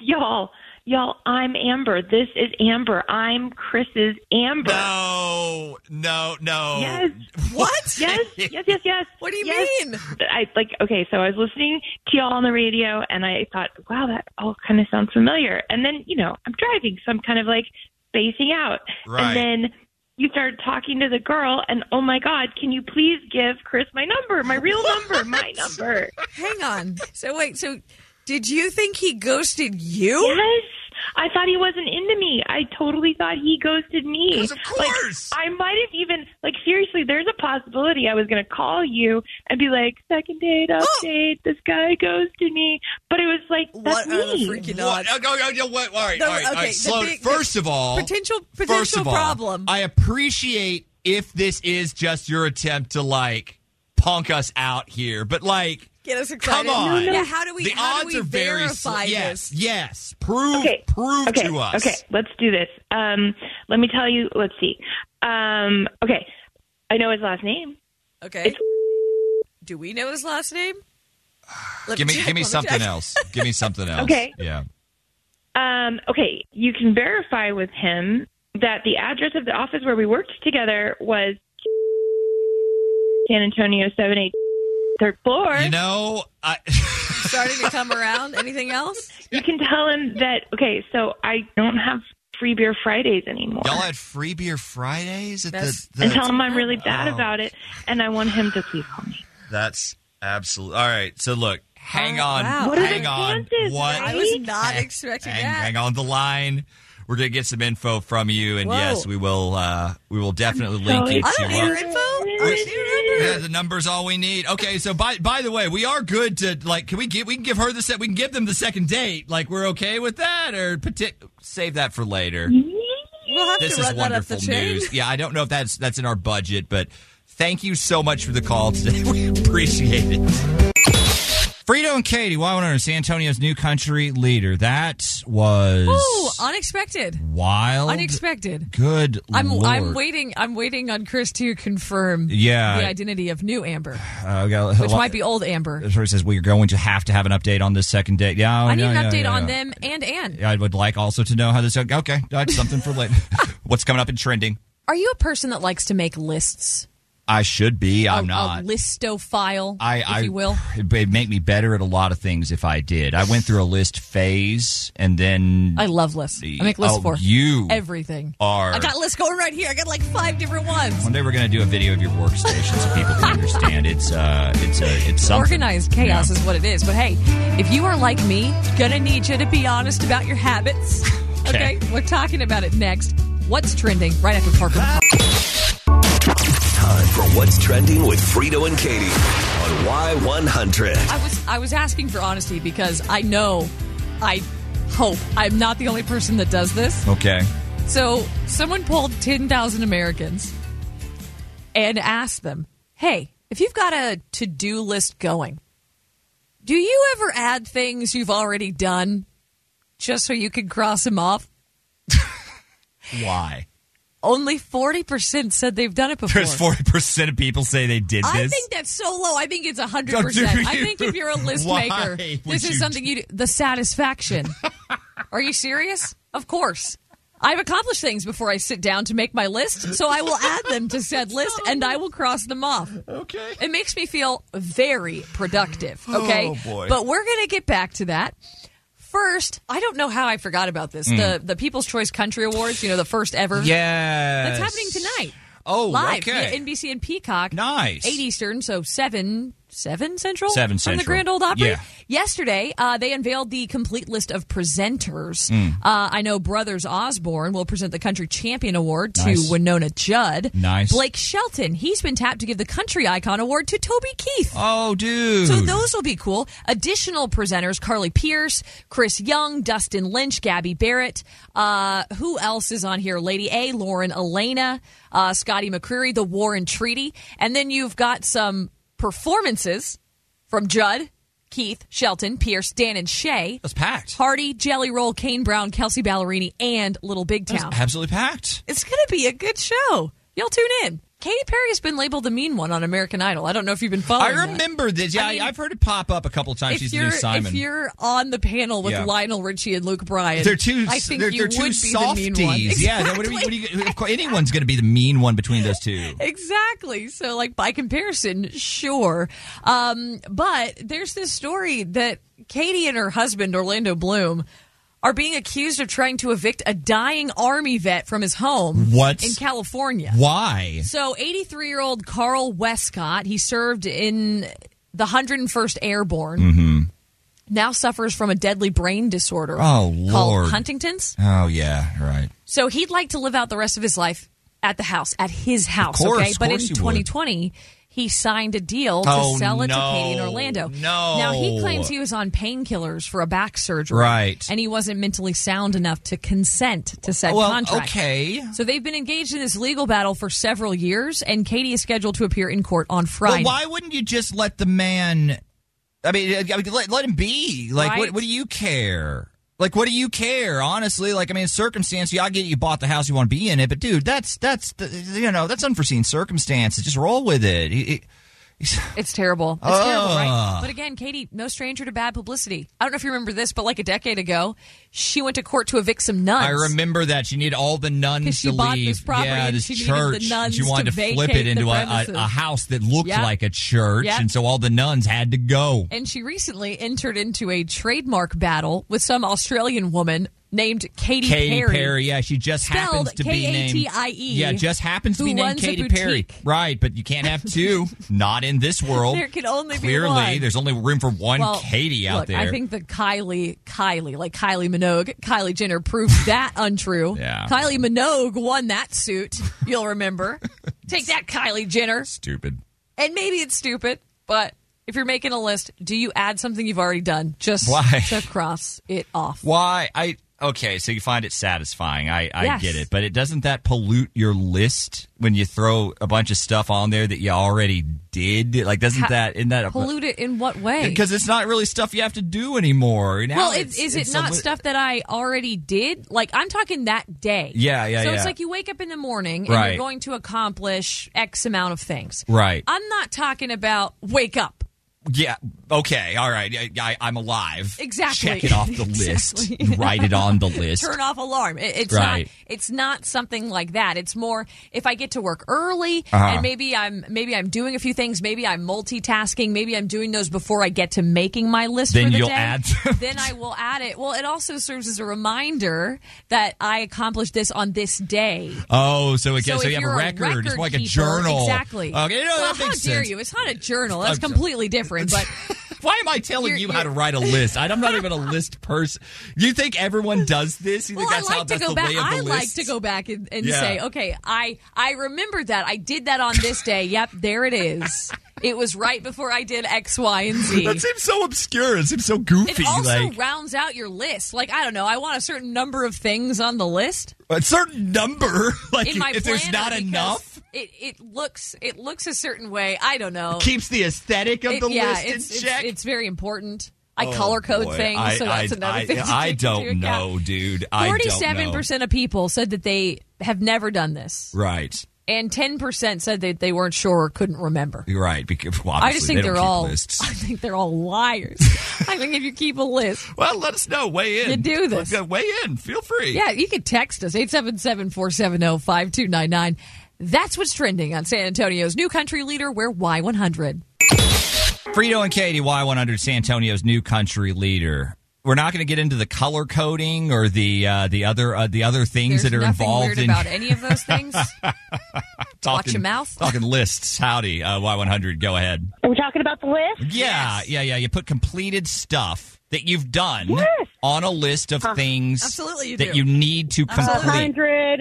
Speaker 13: y'all, y'all. I'm Amber. This is Amber. I'm Chris's Amber.
Speaker 4: No, no, no.
Speaker 13: Yes.
Speaker 5: What?
Speaker 13: yes, yes, yes, yes.
Speaker 5: What do you mean?
Speaker 13: I like. Okay, so I was listening to y'all on the radio, and I thought, wow, that oh, all kind of sounds familiar. And then, you know, I'm driving, so I'm kind of like spacing out.
Speaker 17: Right.
Speaker 13: And then you started talking to the girl, and oh my God, can you please give Chris my number, my real number, my number?
Speaker 5: Hang on. So wait, so did you think he ghosted you?
Speaker 13: Yes. I thought he wasn't into me. I totally thought he ghosted me. Of course. Like, I might have even like seriously. There's a possibility I was going to call you and be like, second date update. this guy ghosted me. But it was like that's
Speaker 5: What are the
Speaker 13: me.
Speaker 5: freaking
Speaker 4: What? odds? what? All right,
Speaker 5: The-
Speaker 4: all right. all right.
Speaker 5: okay, the
Speaker 4: Slow-
Speaker 5: big- the
Speaker 4: first of all,
Speaker 5: potential-
Speaker 4: first
Speaker 5: potential
Speaker 4: of all,
Speaker 5: problem.
Speaker 4: I appreciate if this is just your attempt to like punk us out here, but like,
Speaker 5: Get us
Speaker 4: come
Speaker 5: excited.
Speaker 4: on.
Speaker 5: Yeah, how do we,
Speaker 4: The
Speaker 5: how
Speaker 4: odds
Speaker 5: do we
Speaker 4: are very sl-
Speaker 5: verify
Speaker 4: yes,
Speaker 5: this?
Speaker 4: yes. Prove, prove
Speaker 13: okay.
Speaker 4: to us.
Speaker 13: Okay, let's do this. Um, let me tell you. Let's see. Um, okay, I know his last name.
Speaker 5: Okay. Do we know his last name? Let
Speaker 4: Give me,
Speaker 5: check,
Speaker 4: give me
Speaker 5: let
Speaker 4: something
Speaker 5: check.
Speaker 4: else. Give me something else.
Speaker 13: Okay.
Speaker 4: Yeah.
Speaker 13: Um, okay, you can verify with him that the address of the office where we worked together was San Antonio seven eight third floor. You
Speaker 4: know, I.
Speaker 5: Starting to come around. Anything else?
Speaker 13: You can tell him that. Okay, so I don't have free beer Fridays anymore.
Speaker 4: Y'all had free beer Fridays at the, the
Speaker 13: and tell him I'm really bad
Speaker 4: Oh.
Speaker 13: about it, and I want him to please call me.
Speaker 4: That's absolute. All right. So look, hang on,
Speaker 5: wow. What are the
Speaker 4: hang on.
Speaker 5: chances,
Speaker 4: what?
Speaker 5: I was not expecting
Speaker 4: hang,
Speaker 5: that.
Speaker 4: hang on the line. We're gonna get some info from you, and
Speaker 5: Whoa.
Speaker 4: yes, we will. Uh, we will definitely link you
Speaker 5: I
Speaker 4: to.
Speaker 5: don't need your
Speaker 4: uh,
Speaker 5: info. I don't need your
Speaker 4: yeah,
Speaker 5: number.
Speaker 4: the number's all we need. Okay, so by by the way, we are good to like. Can we get we can give her the set? We can give them the second date. Like we're okay with that, or pati- save that for later.
Speaker 5: We'll have
Speaker 4: This
Speaker 5: to
Speaker 4: is
Speaker 5: run that up the
Speaker 4: wonderful
Speaker 5: chain.
Speaker 4: news. Yeah, I don't know if that's that's in our budget, but thank you so much for the call today. We appreciate it. Frito and Katie, Y100, San Antonio's new country leader. That was
Speaker 5: Ooh, unexpected.
Speaker 4: wild.
Speaker 5: Unexpected.
Speaker 4: Good
Speaker 5: I'm
Speaker 4: lord.
Speaker 5: I'm waiting. I'm waiting on Chris to confirm
Speaker 4: Yeah.
Speaker 5: the identity of new Amber,
Speaker 4: Uh, we got a
Speaker 5: which
Speaker 4: lot-
Speaker 5: might be old Amber.
Speaker 4: That's where it says we're going to have to have an update on this second date. Oh, Yeah,
Speaker 5: I need
Speaker 4: yeah,
Speaker 5: an
Speaker 4: yeah,
Speaker 5: update
Speaker 4: yeah,
Speaker 5: on
Speaker 4: yeah.
Speaker 5: them and Anne.
Speaker 4: I would like also to know how this. Okay, that's something for later. What's coming up in trending?
Speaker 5: Are you a person that likes to make lists?
Speaker 4: I should be.
Speaker 5: a,
Speaker 4: I'm not.
Speaker 5: a listophile,
Speaker 4: I,
Speaker 5: if
Speaker 4: I
Speaker 5: you will.
Speaker 4: It'd make me better at a lot of things if I did. I went through a list phase, and then
Speaker 5: I love lists. I make lists
Speaker 4: Oh,
Speaker 5: for
Speaker 4: you
Speaker 5: everything.
Speaker 4: are-
Speaker 5: I got lists going right here. I got like five different ones.
Speaker 4: one day we're going to do a video of your workstation so people can understand. It's uh, it's uh, it's something.
Speaker 5: Organized chaos
Speaker 4: Yeah.
Speaker 5: is what it is. But hey, if you are like me, gonna need you to be honest about your habits.
Speaker 4: Okay.
Speaker 5: Okay, we're talking about it next. What's trending right after Parker?
Speaker 1: Time for What's Trending with Frito and Katie on Y100.
Speaker 5: I was I was asking for honesty because I know, I hope I'm not the only person that does this.
Speaker 4: Okay.
Speaker 5: So someone polled 10,000 Americans and asked them, hey, if you've got a to do list going, do you ever add things you've already done just so you can cross them off?
Speaker 4: Why?
Speaker 5: Only 40% said they've done it before.
Speaker 4: There's forty percent of people say they did
Speaker 5: I
Speaker 4: this.
Speaker 5: think that's so low. I think it's 100%.
Speaker 4: Don't do
Speaker 5: I think
Speaker 4: you-
Speaker 5: if you're a list
Speaker 4: Why
Speaker 5: maker,
Speaker 4: would
Speaker 5: this
Speaker 4: you
Speaker 5: is something you do. The satisfaction. Are you serious? Of course. I've accomplished things before I sit down to make my list, so I will add them to said list and I will cross them off.
Speaker 4: Okay.
Speaker 5: It makes me feel very productive, okay?
Speaker 15: Oh, boy.
Speaker 5: But we're going to get back to that. First, I don't know how I forgot about this.
Speaker 4: Mm.
Speaker 5: The the People's Choice Country Awards, you know, the first ever. That's
Speaker 4: Yes.
Speaker 5: happening tonight.
Speaker 4: Oh,
Speaker 5: live
Speaker 4: okay.
Speaker 5: via NBC and Peacock.
Speaker 4: Nice.
Speaker 5: Eight Eastern, so seven seven Central.
Speaker 4: Seven
Speaker 5: from the
Speaker 4: Central.
Speaker 5: Grand Old Opry.
Speaker 4: Yeah.
Speaker 5: Yesterday, uh, they unveiled the complete list of presenters.
Speaker 4: Mm.
Speaker 5: Uh, I know Brothers Osborne will present the Country Champion Award
Speaker 4: Nice.
Speaker 5: to Winona Judd.
Speaker 4: Nice.
Speaker 5: Blake Shelton, he's been tapped to give the Country Icon Award to Toby Keith.
Speaker 4: Oh, dude.
Speaker 5: So those will be cool. Additional presenters: Carly Pierce, Chris Young, Dustin Lynch, Gabby Barrett. Uh, who else is on here? Lady A, Lauren Elena, uh, Scotty McCreery, The Warren Treaty, and then you've got some performances from Judd. Keith, Shelton, Pierce, Dan, and Shay.
Speaker 4: That's packed.
Speaker 5: Hardy, Jelly Roll, Kane Brown, Kelsey Ballerini, and Little Big Town.
Speaker 4: Absolutely packed.
Speaker 5: It's going to be a good show. Y'all tune in. Katy Perry has been labeled the mean one on American Idol. I don't know if you've been
Speaker 4: I
Speaker 5: following. that.
Speaker 4: remember this. Yeah, I
Speaker 5: mean,
Speaker 4: I've heard it pop up a couple of times.
Speaker 5: if
Speaker 4: She's the
Speaker 5: you're
Speaker 4: new Simon.
Speaker 5: if you're on the panel with
Speaker 4: Yeah.
Speaker 5: Lionel Richie and Luke Bryan,
Speaker 4: They're too.
Speaker 5: I think
Speaker 4: they're,
Speaker 5: you
Speaker 4: they're
Speaker 5: would
Speaker 4: too
Speaker 5: be
Speaker 4: softies.
Speaker 5: the mean one.
Speaker 4: Yeah. no, what do we- what do you- of course, anyone's going to be the mean one between those two.
Speaker 5: Exactly. So, like by comparison, sure. Um, but there's this story that Katie and her husband Orlando Bloom are being accused of trying to evict a dying army vet from his home
Speaker 4: What?
Speaker 5: in California.
Speaker 4: Why?
Speaker 5: So, 83 year old
Speaker 4: Mm-hmm.
Speaker 5: Carl Westcott, he served in the 101st Airborne. now suffers from a deadly brain disorder
Speaker 4: Oh,
Speaker 5: called
Speaker 4: Lord.
Speaker 5: Huntington's.
Speaker 4: Oh, yeah, right.
Speaker 5: So he'd like to live out the rest of his life at the house, at his house.
Speaker 4: course,
Speaker 5: okay,
Speaker 4: of
Speaker 5: but in
Speaker 4: course he would.
Speaker 5: 2020, he signed a deal
Speaker 4: Oh,
Speaker 5: to sell it
Speaker 4: no,
Speaker 5: to Katie in Orlando.
Speaker 4: no.
Speaker 5: Now he claims he was on painkillers for a back surgery,
Speaker 4: Right.
Speaker 5: And he wasn't mentally sound enough to consent to said
Speaker 4: Well,
Speaker 5: contract.
Speaker 4: okay.
Speaker 5: So they've been engaged in this legal battle for several years, and Katie is scheduled to appear in court on Friday.
Speaker 4: Well, why wouldn't you just let the man? I mean, I mean, let, let him be. Like,
Speaker 5: Right.
Speaker 4: what, what do you care? Like, what do you care? Honestly, like, I mean, circumstance. Yeah, I get you bought the house, you want to be in it, but dude, that's that's the, you know that's unforeseen circumstances. Just roll with it. He- he-
Speaker 5: It's terrible. It's terrible, right?
Speaker 4: Ugh.
Speaker 5: But again, Katie, no stranger to bad publicity. I don't know if you remember this, but like a decade ago, she went to court to evict some nuns.
Speaker 4: I remember that she needed all the nuns
Speaker 5: 'Cause she
Speaker 4: to
Speaker 5: bought
Speaker 4: leave.
Speaker 5: this property
Speaker 4: yeah,
Speaker 5: and
Speaker 4: this
Speaker 5: she needed the
Speaker 4: church. and she
Speaker 5: nuns
Speaker 4: wanted
Speaker 5: to
Speaker 4: to, flip
Speaker 5: vacate
Speaker 4: it
Speaker 5: the
Speaker 4: into a, a,
Speaker 5: premises.
Speaker 4: a house that looked
Speaker 5: Yep.
Speaker 4: like a church,
Speaker 5: Yep.
Speaker 4: and so all the nuns had to go.
Speaker 5: And she recently entered into a trademark battle with some Australian woman named Katie,
Speaker 4: Katie Perry.
Speaker 5: Perry.
Speaker 4: yeah, she just
Speaker 5: Spelled
Speaker 4: happens to be named
Speaker 5: K-A-T-I-E,
Speaker 4: Yeah, just happens to
Speaker 5: E. who
Speaker 4: be named
Speaker 5: runs a
Speaker 4: Katie Perry.
Speaker 5: boutique.
Speaker 4: Right, but you can't have two. Not in this world.
Speaker 5: There can only be
Speaker 4: Clearly,
Speaker 5: one.
Speaker 4: there's only room for one
Speaker 5: Well,
Speaker 4: Katie out
Speaker 5: look,
Speaker 4: there.
Speaker 5: I think the Kylie, Kylie, like Kylie Minogue, Kylie Jenner proved that untrue.
Speaker 4: Yeah.
Speaker 5: Kylie Minogue won that suit. You'll remember. Take that, Kylie Jenner.
Speaker 4: Stupid.
Speaker 5: And maybe it's stupid, but if you're making a list, do you add something you've already done just
Speaker 4: Why?
Speaker 5: to cross it off?
Speaker 4: Why I okay, so you find it satisfying. I, I
Speaker 5: Yes.
Speaker 4: get it. But it doesn't that pollute your list when you throw a bunch of stuff on there that you already did? Like doesn't
Speaker 5: How-
Speaker 4: that isn't that a
Speaker 5: Pollute it in what way?
Speaker 4: because it's not really stuff you have to do anymore. Now
Speaker 5: well, it-
Speaker 4: it's,
Speaker 5: is
Speaker 4: it's
Speaker 5: it
Speaker 4: a
Speaker 5: not
Speaker 4: li-
Speaker 5: stuff that I already did? Like I'm talking that day.
Speaker 4: Yeah, yeah,
Speaker 5: So
Speaker 4: yeah.
Speaker 5: it's like you wake up in the morning and
Speaker 4: Right.
Speaker 5: you're going to accomplish X amount of things.
Speaker 4: Right.
Speaker 5: I'm not talking about wake up.
Speaker 4: Yeah. Okay. All right. I, I, I'm alive.
Speaker 5: Exactly.
Speaker 4: Check it off the list.
Speaker 5: Exactly.
Speaker 4: Write it on the list.
Speaker 5: Turn off alarm. It- it's
Speaker 4: Right.
Speaker 5: not. It's not something like that. It's more if I get to work early
Speaker 4: Uh-huh.
Speaker 5: and maybe I'm maybe I'm doing a few things. Maybe I'm multitasking. Maybe I'm doing those before I get to making my list.
Speaker 4: Then
Speaker 5: for the
Speaker 4: you'll
Speaker 5: day.
Speaker 4: add
Speaker 5: then I will add it. Well, it also serves as a reminder that I accomplished this on this day.
Speaker 4: Oh, so again, so,
Speaker 5: So if
Speaker 4: you have a
Speaker 5: you're a
Speaker 4: record. It's more like a
Speaker 5: keeper.
Speaker 4: journal.
Speaker 5: Exactly.
Speaker 4: Okay. No,
Speaker 5: well,
Speaker 4: that
Speaker 5: how
Speaker 4: makes
Speaker 5: dare
Speaker 4: sense.
Speaker 5: you? It's not a journal. That's
Speaker 4: I'm-
Speaker 5: completely different. But
Speaker 4: why am I telling you how to write a list? I- I'm not even a list person. You think everyone does this? You
Speaker 5: Well,
Speaker 4: think
Speaker 5: I
Speaker 4: that's how
Speaker 5: like to
Speaker 4: that's
Speaker 5: go
Speaker 4: the
Speaker 5: back.
Speaker 4: lay of the
Speaker 5: I like
Speaker 4: list?
Speaker 5: to go back and, and
Speaker 4: Yeah.
Speaker 5: say, okay, I I remember that. I did that on this day. Yep, there it is. it was right before I did X, Y, and Z.
Speaker 4: That seems so obscure. It seems so goofy.
Speaker 5: it also
Speaker 4: like
Speaker 5: rounds out your list. Like I don't know, I want a certain number of things on the list.
Speaker 4: a certain number. Like
Speaker 5: in my
Speaker 4: if there's
Speaker 5: planner
Speaker 4: not
Speaker 5: because
Speaker 4: enough,
Speaker 5: It it looks it looks a certain way. I don't know.
Speaker 4: keeps the aesthetic of
Speaker 5: Oh. It-
Speaker 4: the
Speaker 5: yeah,
Speaker 4: list in
Speaker 5: it's, it's-
Speaker 4: check.
Speaker 5: It's, very important. I
Speaker 4: Oh,
Speaker 5: color code
Speaker 4: boy.
Speaker 5: things,
Speaker 4: I,
Speaker 5: so that's
Speaker 4: I,
Speaker 5: another
Speaker 4: I,
Speaker 5: thing. to
Speaker 4: I
Speaker 5: take into
Speaker 4: don't
Speaker 5: account.
Speaker 4: know, dude. I don't know.
Speaker 5: Forty-seven percent of people said that they have never done this.
Speaker 4: Right.
Speaker 5: and 10% said that they weren't sure or couldn't remember.
Speaker 4: You're right. Because well,
Speaker 5: I just
Speaker 4: obviously
Speaker 5: think
Speaker 4: they
Speaker 5: are
Speaker 4: don't keep
Speaker 5: all
Speaker 4: lists.
Speaker 5: I think they're all liars. I think if you keep a list.
Speaker 4: Well, let us know. Weigh in.
Speaker 5: You do this.
Speaker 4: Let- Weigh in. Feel free.
Speaker 5: Yeah, you can text us oh, 877-470-5299. That's what's trending on San Antonio's new country leader we're Y100.
Speaker 4: Frito and Katie, Y100, San Antonio's new country leader. We're not going to get into the color coding or the uh, the other uh, the other things
Speaker 5: There's
Speaker 4: that are
Speaker 5: nothing
Speaker 4: involved
Speaker 5: weird
Speaker 4: in
Speaker 5: about any of those things.
Speaker 4: talking,
Speaker 5: your mouth.
Speaker 4: talking lists. Howdy, uh, Y100. Go ahead.
Speaker 15: Are we talking about the list?
Speaker 4: Yeah, yeah, yeah. You put completed stuff that you've done on a list
Speaker 5: Uh,
Speaker 4: of things
Speaker 15: Absolutely you
Speaker 4: that
Speaker 15: do.
Speaker 4: you need to
Speaker 15: A
Speaker 4: complete.
Speaker 15: Uh, hundred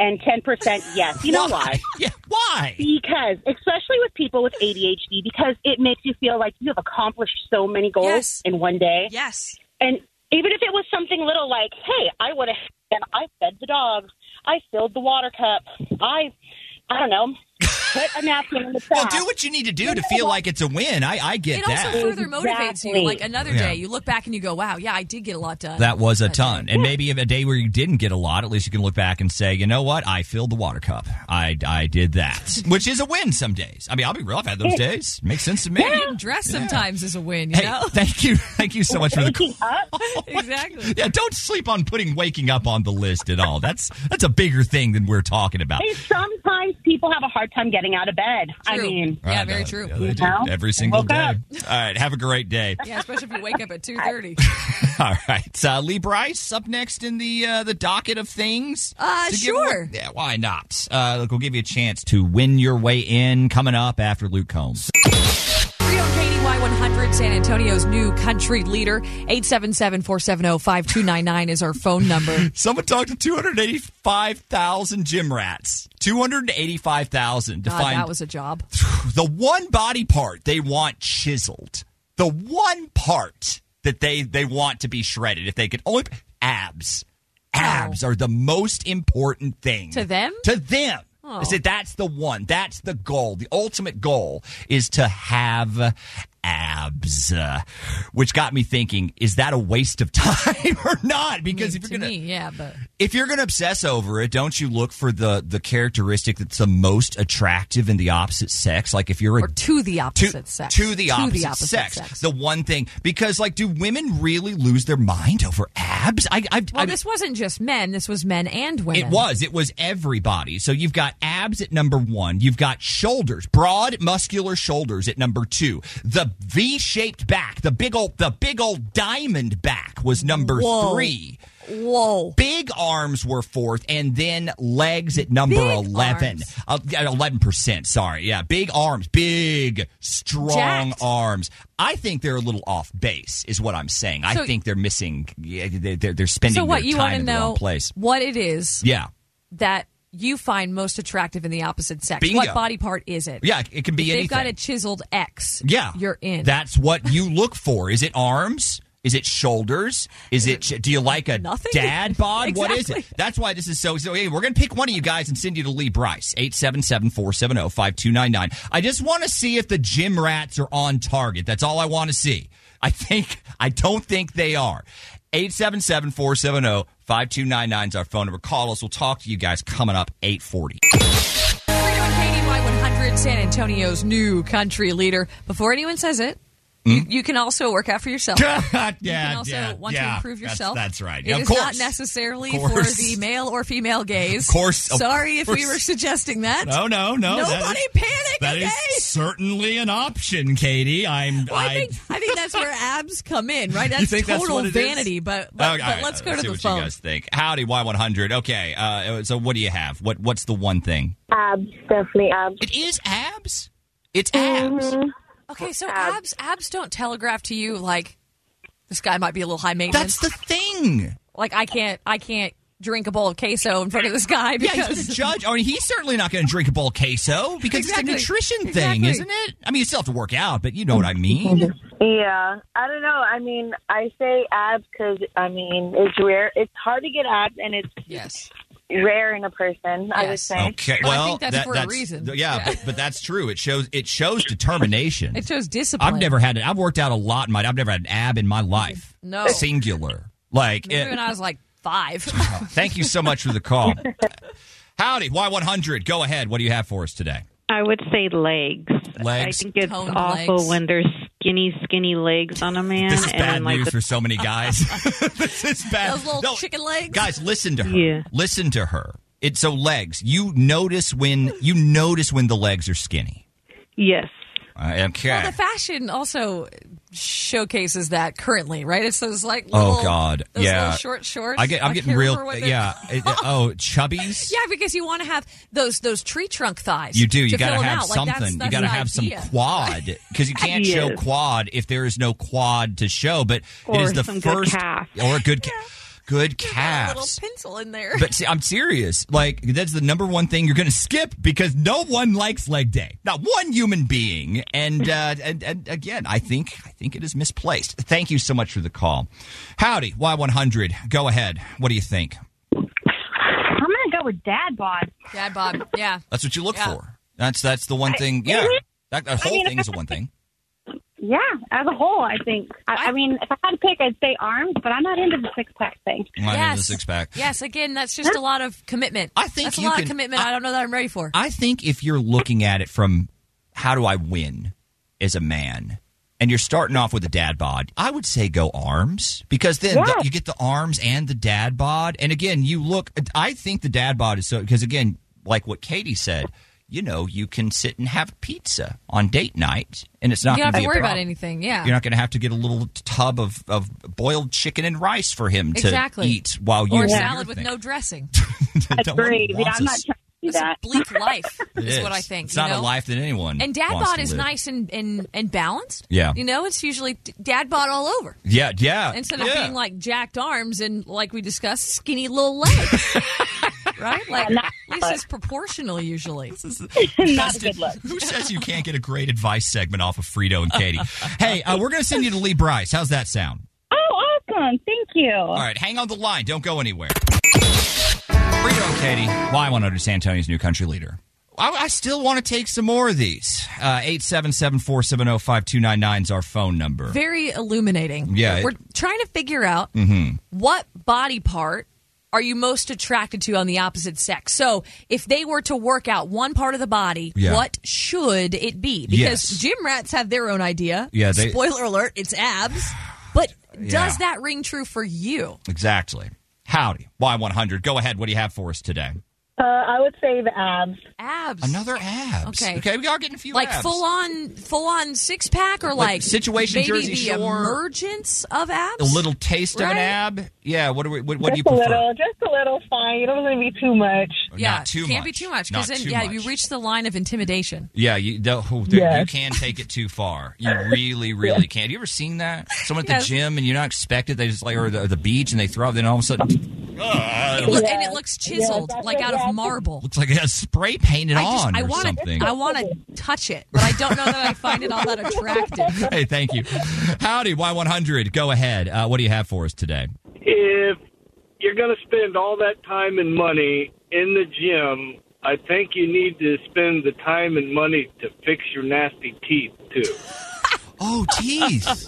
Speaker 15: and ten percent yes. You know why?
Speaker 4: Yeah, why?
Speaker 15: Because especially with people with ADHD, because it makes you feel like you have accomplished so many goals in one day.
Speaker 5: Yes.
Speaker 15: And even if it was something little like, hey, I went ahead and I fed the dogs, I filled the water cup, I I don't know, put a napkin in the
Speaker 4: Well,
Speaker 15: trash.
Speaker 4: do what you need to do to feel like it's a win. I, I get
Speaker 5: It
Speaker 4: that.
Speaker 5: also further motivates you.
Speaker 15: Exactly.
Speaker 5: Like another
Speaker 4: Yeah.
Speaker 5: day, you look back and you go, wow, yeah, I did get a lot done.
Speaker 4: That was a ton. And maybe if a day where you didn't get a lot, at least you can look back and say, you know what? I filled the water cup. I, I did that, which is a win some days. I mean, I'll be real. I've had those days. Makes sense to me.
Speaker 5: Getting dressed sometimes is a win, you
Speaker 4: Hey,
Speaker 5: know?
Speaker 4: thank you. Thank you so much for the call.
Speaker 5: exactly.
Speaker 4: Yeah, don't sleep on putting waking up on the list at all. That's that's a bigger thing than we're talking about.
Speaker 15: Hey, sometimes people have a hard time getting out of bed. I mean,
Speaker 4: All right, uh, yeah, they
Speaker 15: You
Speaker 4: do.
Speaker 15: know?
Speaker 4: Every single
Speaker 15: Woke
Speaker 4: day.
Speaker 15: up.
Speaker 4: All right, have a great day.
Speaker 5: Yeah, especially if you wake up at 2.30.
Speaker 4: All right, uh, Lee Bryce up next in the uh, the docket of things.
Speaker 5: Uh,
Speaker 4: To give
Speaker 5: sure.
Speaker 4: away- yeah, why not? Uh, look, we'll give you a chance to win your way in coming up after Luke Combs.
Speaker 5: E Frito and Katie Y100 Howard, San Antonio's new country leader. 877 470 5299 is our phone number.
Speaker 4: Someone talked to 285,000 gym rats. 285,000 to
Speaker 5: God,
Speaker 4: find
Speaker 5: that was a job.
Speaker 4: the one body part they want chiseled. The one part that they, they want to be shredded. If they could only. Abs.
Speaker 5: Oh.
Speaker 4: Abs are the most important thing.
Speaker 5: To them?
Speaker 4: To them.
Speaker 5: Oh.
Speaker 4: I said that's the one. That's the goal. The ultimate goal is to have abs, uh, which got me thinking: Is that a waste of time or not? Because if you're
Speaker 5: to
Speaker 4: gonna
Speaker 5: me, yeah, but
Speaker 4: if you're gonna obsess over it, don't you look for the the characteristic that's the most attractive in the opposite sex? Like if you're a
Speaker 5: to the opposite sex.
Speaker 4: to the opposite, sex. The one thing, because like, do women really lose their mind over abs? I, I,
Speaker 5: Well,
Speaker 4: I-
Speaker 5: this wasn't just men. This was men and women.
Speaker 4: it was. It was everybody. So you've got abs at number one. You've got shoulders, broad muscular shoulders at number two. The V-shaped back, the big old, the big old diamond back was number
Speaker 5: Whoa.
Speaker 4: three.
Speaker 5: Whoa.
Speaker 4: Big arms were fourth, and then legs at number
Speaker 5: Big
Speaker 4: 11.
Speaker 5: arms.
Speaker 4: Uh, yeah, 11%, sorry. Yeah, big arms, big, strong
Speaker 5: Jacked.
Speaker 4: arms. I think they're a little off base, is what I'm saying. I
Speaker 5: So-
Speaker 4: think they're missing, yeah, they're, they're- they're spending
Speaker 5: So what
Speaker 4: their
Speaker 5: you
Speaker 4: time
Speaker 5: want to
Speaker 4: in the
Speaker 5: know?
Speaker 4: wrong place.
Speaker 5: What it is
Speaker 4: Yeah.
Speaker 5: that you find most attractive in the opposite sex?
Speaker 4: Bingo.
Speaker 5: What body part is it?
Speaker 4: Yeah, it can be
Speaker 5: If they've
Speaker 4: anything.
Speaker 5: got a chiseled X.
Speaker 4: Yeah.
Speaker 5: you're in.
Speaker 4: That's what you look for. Is it arms? Is it shoulders? Is it do you like a
Speaker 5: Nothing.
Speaker 4: dad bod? What is it?
Speaker 5: Exactly.
Speaker 4: That's why this is so so hey, we're going to pick one of you guys and send you to Lee Bryce oh, 877-470-5299. I just want to see if the gym rats are on target. That's all I want to see. I think I don't think they are. oh, 877-470-5299 is our phone number. Call us. We'll talk to you guys coming up 840.
Speaker 5: KDY 100, San Antonio's new country leader. Before anyone says it, you, you can also work out for yourself.
Speaker 4: Hmm? yeah,
Speaker 5: you can also
Speaker 4: yeah,
Speaker 5: want
Speaker 4: yeah.
Speaker 5: to improve
Speaker 4: That's-
Speaker 5: yourself.
Speaker 4: that's right.
Speaker 5: It
Speaker 4: Yeah, of
Speaker 5: is
Speaker 4: course.
Speaker 5: not necessarily
Speaker 4: Of
Speaker 5: for
Speaker 4: course.
Speaker 5: the male or female gaze.
Speaker 4: Of course, of
Speaker 5: Sorry if we
Speaker 4: course.
Speaker 5: were suggesting that.
Speaker 4: No, no, no. that
Speaker 5: Nobody
Speaker 4: is-
Speaker 5: panic.
Speaker 4: That
Speaker 5: okay?
Speaker 4: is certainly an option, Katie. I'm.
Speaker 5: Well, I, think, I think that's where abs come in, right? That's
Speaker 4: think that's
Speaker 5: total
Speaker 4: what it is?
Speaker 5: vanity. But,
Speaker 4: Oh,
Speaker 5: but,
Speaker 4: all
Speaker 5: but
Speaker 4: right,
Speaker 5: let's go to
Speaker 4: see
Speaker 5: the
Speaker 4: what
Speaker 5: phone.
Speaker 4: You guys think. Howdy, Y100. Okay, uh, so what do you have? What What's the one thing?
Speaker 14: Abs, definitely abs.
Speaker 4: It is abs. It's abs.
Speaker 17: Mm-hmm.
Speaker 5: Okay, so abs abs don't telegraph to you like this guy might be a little high maintenance.
Speaker 4: That's the thing.
Speaker 5: Like I can't I can't drink a bowl of queso in front of this guy
Speaker 4: Yeah,
Speaker 5: because
Speaker 4: he's going to judge. I mean, he's certainly not going to drink a bowl of queso because
Speaker 5: Exactly.
Speaker 4: it's a nutrition thing,
Speaker 5: Exactly.
Speaker 4: isn't it? I mean, you still have to work out, but you know what I mean.
Speaker 14: Yeah, I don't know. I mean, I say abs because I mean it's rare. It's hard to get abs, and it's
Speaker 5: yes
Speaker 14: rare in a person. I would say.
Speaker 4: Okay.
Speaker 5: Well, I
Speaker 4: Well,
Speaker 5: think that's
Speaker 4: that-
Speaker 5: for a reason.
Speaker 4: Yeah,
Speaker 5: Yeah.
Speaker 4: But, but that's true. It shows it shows determination.
Speaker 5: it shows discipline.
Speaker 4: I've never had it. I've worked out a lot in my. I've never had an ab in my life.
Speaker 5: No.
Speaker 4: singular. Like,
Speaker 5: Maybe
Speaker 4: it-
Speaker 5: when I was like five.
Speaker 4: Oh, thank you so much for the call. Howdy, Y one hundred. Go ahead. What do you have for us today?
Speaker 16: I would say legs.
Speaker 4: Legs.
Speaker 16: I think it's
Speaker 5: Toned
Speaker 16: awful
Speaker 5: legs.
Speaker 16: when there's skinny, skinny legs on a man.
Speaker 4: This is
Speaker 16: and
Speaker 4: bad
Speaker 16: like
Speaker 4: news
Speaker 16: the-
Speaker 4: for so many guys. this is bad.
Speaker 5: Those little
Speaker 4: No,
Speaker 5: chicken legs.
Speaker 4: guys, listen to her.
Speaker 16: Yeah.
Speaker 4: Listen to her. It's so legs. You notice when you notice when the legs are skinny.
Speaker 16: Yes.
Speaker 4: Uh, okay.
Speaker 5: Well, the fashion also showcases that currently, right? It's those like
Speaker 4: Oh,
Speaker 5: little-
Speaker 4: God.
Speaker 5: those
Speaker 4: Yeah.
Speaker 5: little short shorts.
Speaker 4: I get. I'm getting
Speaker 5: can't
Speaker 4: real. uh,
Speaker 5: remember what they're
Speaker 4: Yeah. It- oh, chubbies.
Speaker 5: Yeah, because you want to have those those tree trunk thighs.
Speaker 4: You do. You
Speaker 5: to
Speaker 4: got
Speaker 5: fill
Speaker 4: to
Speaker 5: 'em
Speaker 4: have
Speaker 5: out. Like,
Speaker 4: something.
Speaker 5: that's-
Speaker 4: you
Speaker 5: that's
Speaker 4: got to
Speaker 5: the
Speaker 4: have some
Speaker 5: idea.
Speaker 4: quad because you can't
Speaker 5: Yes.
Speaker 4: show quad if there is no quad to show. But it
Speaker 16: Or
Speaker 4: is the
Speaker 16: some good
Speaker 4: first
Speaker 16: calf.
Speaker 4: or a good ca- good
Speaker 5: A little
Speaker 4: calves.
Speaker 5: pencil in there.
Speaker 4: But see, I'm serious. Like that's the number one thing you're going to skip because no one likes leg day. Not one human being. And uh, and, and again, I think I think it is misplaced. Thank you so much for the call. Howdy, Y100. Go ahead. What do you think?
Speaker 17: I'm gonna go with dad bod.
Speaker 5: Dad bod. Yeah.
Speaker 4: That's what you look
Speaker 5: Yeah.
Speaker 4: for. That's that's the one thing. Yeah, that, that whole thing is the one thing.
Speaker 17: Yeah, as a whole, I think. I, I mean, if I had to pick, I'd say arms, but I'm not into the six pack thing.
Speaker 4: Mine is a six pack.
Speaker 5: Yes, again, that's just a lot of commitment.
Speaker 4: I think
Speaker 5: that's a
Speaker 4: you
Speaker 5: lot
Speaker 4: can-
Speaker 5: of commitment. I, don't know that I'm ready for.
Speaker 4: I think if you're looking at it from how do I win as a man, and you're starting off with a dad bod, I would say go arms because then the-
Speaker 18: Yeah.
Speaker 4: you get the arms and the dad bod. And again, you look. I think the dad bod is so because again, like what Katie said. You know, you can sit and have pizza on date night, and it's not.
Speaker 5: you don't
Speaker 4: gonna
Speaker 5: have to
Speaker 4: be a
Speaker 5: worry about
Speaker 4: problem.
Speaker 5: anything. Yeah.
Speaker 4: You're not going to have to get a little tub of, of boiled chicken and rice for him to
Speaker 5: exactly.
Speaker 4: eat while you
Speaker 5: or
Speaker 4: do your
Speaker 5: salad with
Speaker 4: thing.
Speaker 5: no dressing.
Speaker 4: Don't worry,
Speaker 17: Agreed. Yeah,
Speaker 4: wants
Speaker 17: I'm not
Speaker 4: us.
Speaker 17: trying to do that.
Speaker 5: bleak life
Speaker 4: It
Speaker 5: is, what I
Speaker 4: is.
Speaker 5: think.
Speaker 4: It's
Speaker 5: you
Speaker 4: not
Speaker 5: know?
Speaker 4: a life that anyone
Speaker 5: And dad
Speaker 4: wants
Speaker 5: bod
Speaker 4: to
Speaker 5: is
Speaker 4: live.
Speaker 5: nice and, and, and balanced.
Speaker 4: Yeah.
Speaker 5: You know, it's usually d- dad bod all over.
Speaker 4: Yeah, yeah.
Speaker 5: Instead of
Speaker 4: yeah.
Speaker 5: being like jacked arms and, like we discussed, skinny little legs. right? Like, at least it's proportional usually. This
Speaker 4: is
Speaker 5: not a good
Speaker 4: look. Who says you can't get a great advice segment off of Frito and Katie? hey, uh, we're going to send you to Lee Bryce. How's that sound?
Speaker 17: Oh, awesome! Thank you.
Speaker 4: All right, hang on the line. Don't go anywhere. Frito and Katie, why one under San Antonio's new country leader. I, I still want to take some more of these. Uh, Eight seven seven four seven zero five two nine nine is our phone number.
Speaker 5: Very illuminating.
Speaker 4: Yeah, it-
Speaker 5: We're trying to figure out
Speaker 4: mm-hmm.
Speaker 5: what body part are you most attracted to on the opposite sex? So, if they were to work out one part of the body,
Speaker 4: Yeah.
Speaker 5: what should it be? Because
Speaker 4: Yes.
Speaker 5: gym rats have their own idea.
Speaker 4: Yeah, they-
Speaker 5: Spoiler alert, it's abs. But does
Speaker 4: Yeah.
Speaker 5: that ring true for you?
Speaker 4: Exactly. Howdy. Why one hundred? Go ahead. What do you have for us today?
Speaker 18: Uh, I would say the abs.
Speaker 5: Abs.
Speaker 4: Another abs.
Speaker 5: Okay.
Speaker 4: Okay, we are getting a few
Speaker 5: Like
Speaker 4: abs.
Speaker 5: full on full on six pack or
Speaker 4: Like
Speaker 5: like
Speaker 4: Situation
Speaker 5: maybe
Speaker 4: Jersey
Speaker 5: the
Speaker 4: Shore.
Speaker 5: emergence of abs?
Speaker 4: A little taste of an
Speaker 5: Right?
Speaker 4: ab. Yeah. What do we? What, what do you
Speaker 18: just a
Speaker 4: prefer?
Speaker 18: little, just a little fine. You don't want to be too much.
Speaker 5: Yeah,
Speaker 4: Not too
Speaker 5: can't be
Speaker 4: much.
Speaker 5: too much because
Speaker 4: Not
Speaker 5: then
Speaker 4: too
Speaker 5: yeah,
Speaker 4: much.
Speaker 5: you reach the line of intimidation.
Speaker 4: Yeah, you the, oh, dude, you
Speaker 5: Yes.
Speaker 4: can take it too far. You really, really can. Have you ever seen that? Someone at the
Speaker 5: Yes.
Speaker 4: gym and you're not expected. They just like or the, or the beach and they throw up. Then all of a sudden, uh,
Speaker 5: It loo- and it looks chiseled,
Speaker 18: that's
Speaker 5: like out of
Speaker 18: exactly-
Speaker 5: marble.
Speaker 4: looks like it has spray painted
Speaker 5: I just
Speaker 4: on
Speaker 5: I
Speaker 4: or
Speaker 5: want
Speaker 4: something.
Speaker 5: to I want to touch it, but I don't know that I find it all that attractive.
Speaker 4: hey, thank you. Howdy, Y100. Go ahead. Uh, what do you have for us today?
Speaker 9: If you're going to spend all that time and money in the gym, I think you need to spend the time and money to fix your nasty teeth too.
Speaker 4: Oh, teeth.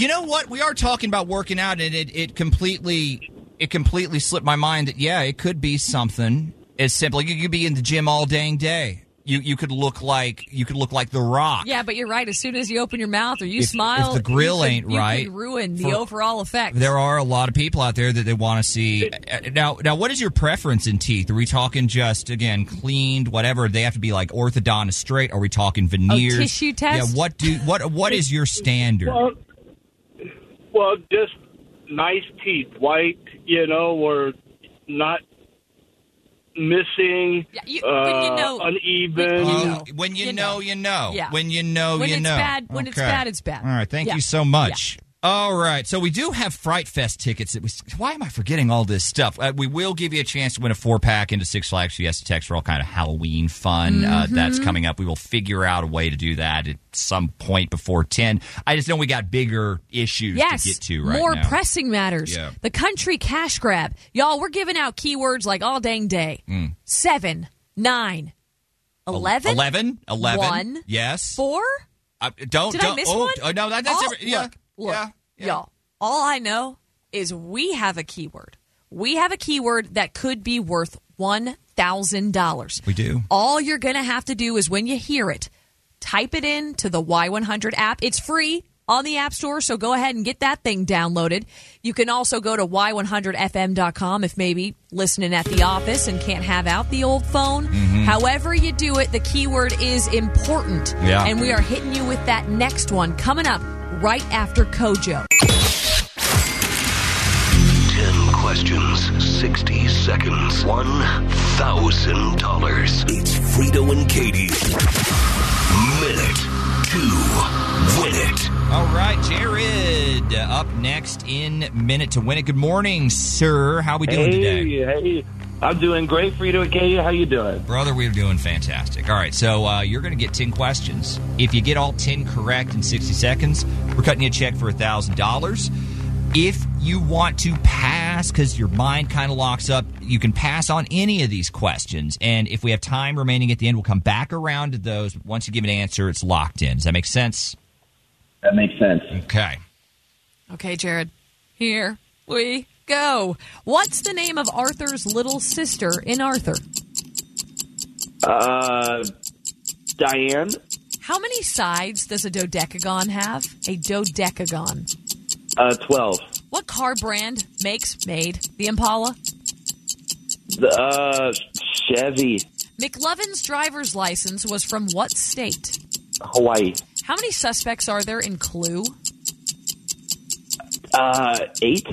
Speaker 4: you know what? We are talking about working out, and it, it completely it completely slipped my mind that yeah, it could be something as simple. You could be in the gym all dang day. You you could look like you could look like the Rock.
Speaker 5: Yeah, but you're right. As soon as you open your mouth or you
Speaker 4: If- if
Speaker 5: smile,
Speaker 4: the grill
Speaker 5: you could-
Speaker 4: ain't
Speaker 5: you could
Speaker 4: right,
Speaker 5: ruin the
Speaker 4: for-
Speaker 5: overall effect.
Speaker 4: There are a lot of people out there that they want to see. Now, now, what is your preference in teeth? Are we talking just again cleaned, whatever? They have to be like orthodontist straight. Are we talking veneers?
Speaker 5: Oh, tissue test?
Speaker 4: Yeah. What do what what is your standard?
Speaker 9: Well, well, just nice teeth, white, you know, or not missing,
Speaker 5: you-
Speaker 9: uh,
Speaker 5: when you know-
Speaker 9: uneven.
Speaker 4: Oh, when you, know, you know.
Speaker 5: Yeah.
Speaker 4: When you know,
Speaker 5: When
Speaker 4: you
Speaker 5: it's
Speaker 4: know.
Speaker 5: bad- when it's bad, it's bad.
Speaker 4: All right. Thank
Speaker 5: Yeah.
Speaker 4: you so much. All right. So we do have Fright Fest tickets. It was, why am I forgetting all this stuff? Uh, we will give you a chance to win a four pack into Six Flags Fiesta Tex for all kind of Halloween fun uh,
Speaker 5: Mm-hmm.
Speaker 19: Mhm.
Speaker 4: that's coming up. We will figure out a way to do that at some point before ten. I just know we got bigger issues
Speaker 5: Yes,
Speaker 4: to get to right
Speaker 5: more
Speaker 4: now.
Speaker 5: pressing matters.
Speaker 4: Yeah.
Speaker 5: The country cash grab, y'all. We're giving out keywords like all dang day.
Speaker 4: Mm.
Speaker 5: Seven, nine, eleven,
Speaker 4: Eleven. Eleven.
Speaker 5: One.
Speaker 4: Yes.
Speaker 5: four.
Speaker 4: Uh, don't.
Speaker 5: Did
Speaker 4: don't
Speaker 5: I miss
Speaker 4: oh,
Speaker 5: one?
Speaker 4: oh, no, that, that's
Speaker 5: all,
Speaker 4: every, yeah.
Speaker 5: Look, look, y'all. All I know is we have a keyword. We have a keyword that could be worth one thousand dollars.
Speaker 4: We do.
Speaker 5: All you're going to have to do is when you hear it, type it in to the Y100 app. It's free on the App Store, so go ahead and get that thing downloaded. You can also go to y100fm.com if maybe listening at the office and can't have out the old phone.
Speaker 20: Mhm.
Speaker 5: However, you do it, the keyword is important.
Speaker 20: Yeah.
Speaker 5: And we are hitting you with that next one coming up right after Kojo.
Speaker 19: 10 questions, 60 seconds, $1,000.
Speaker 1: It's Frito and Katie. Minute to win it.
Speaker 4: All right, Jared, uh, up next in minute to win it. Good morning, sir. How we doing
Speaker 21: hey,
Speaker 4: today,
Speaker 21: Hey, I'm doing great, Frito and Katie. How you doing?
Speaker 4: brother? We're doing fantastic. All right, so uh, you're going to get ten questions. If you get all ten correct in sixty seconds, we're cutting you a check for thousand dollars. If you want to pass, because your mind kind of locks up, you can pass on any of these questions. And if we have time remaining at the end, we'll come back around to those. Once you give an answer, it's locked in. Does that make sense?
Speaker 21: That makes sense.
Speaker 4: Okay.
Speaker 5: Okay, Jared, here we go. What's the name of Arthur's little sister in Arthur?
Speaker 21: Uh, Diane,
Speaker 5: How many sides does a dodecagon have? A dodecagon.
Speaker 21: uh, 12.
Speaker 5: What car brand makes made the Impala?
Speaker 21: The, uh, Chevy,
Speaker 5: McLovin's driver's license was from what state?
Speaker 21: Hawaii.
Speaker 5: How many suspects are there in Clue?
Speaker 21: Uh, 8.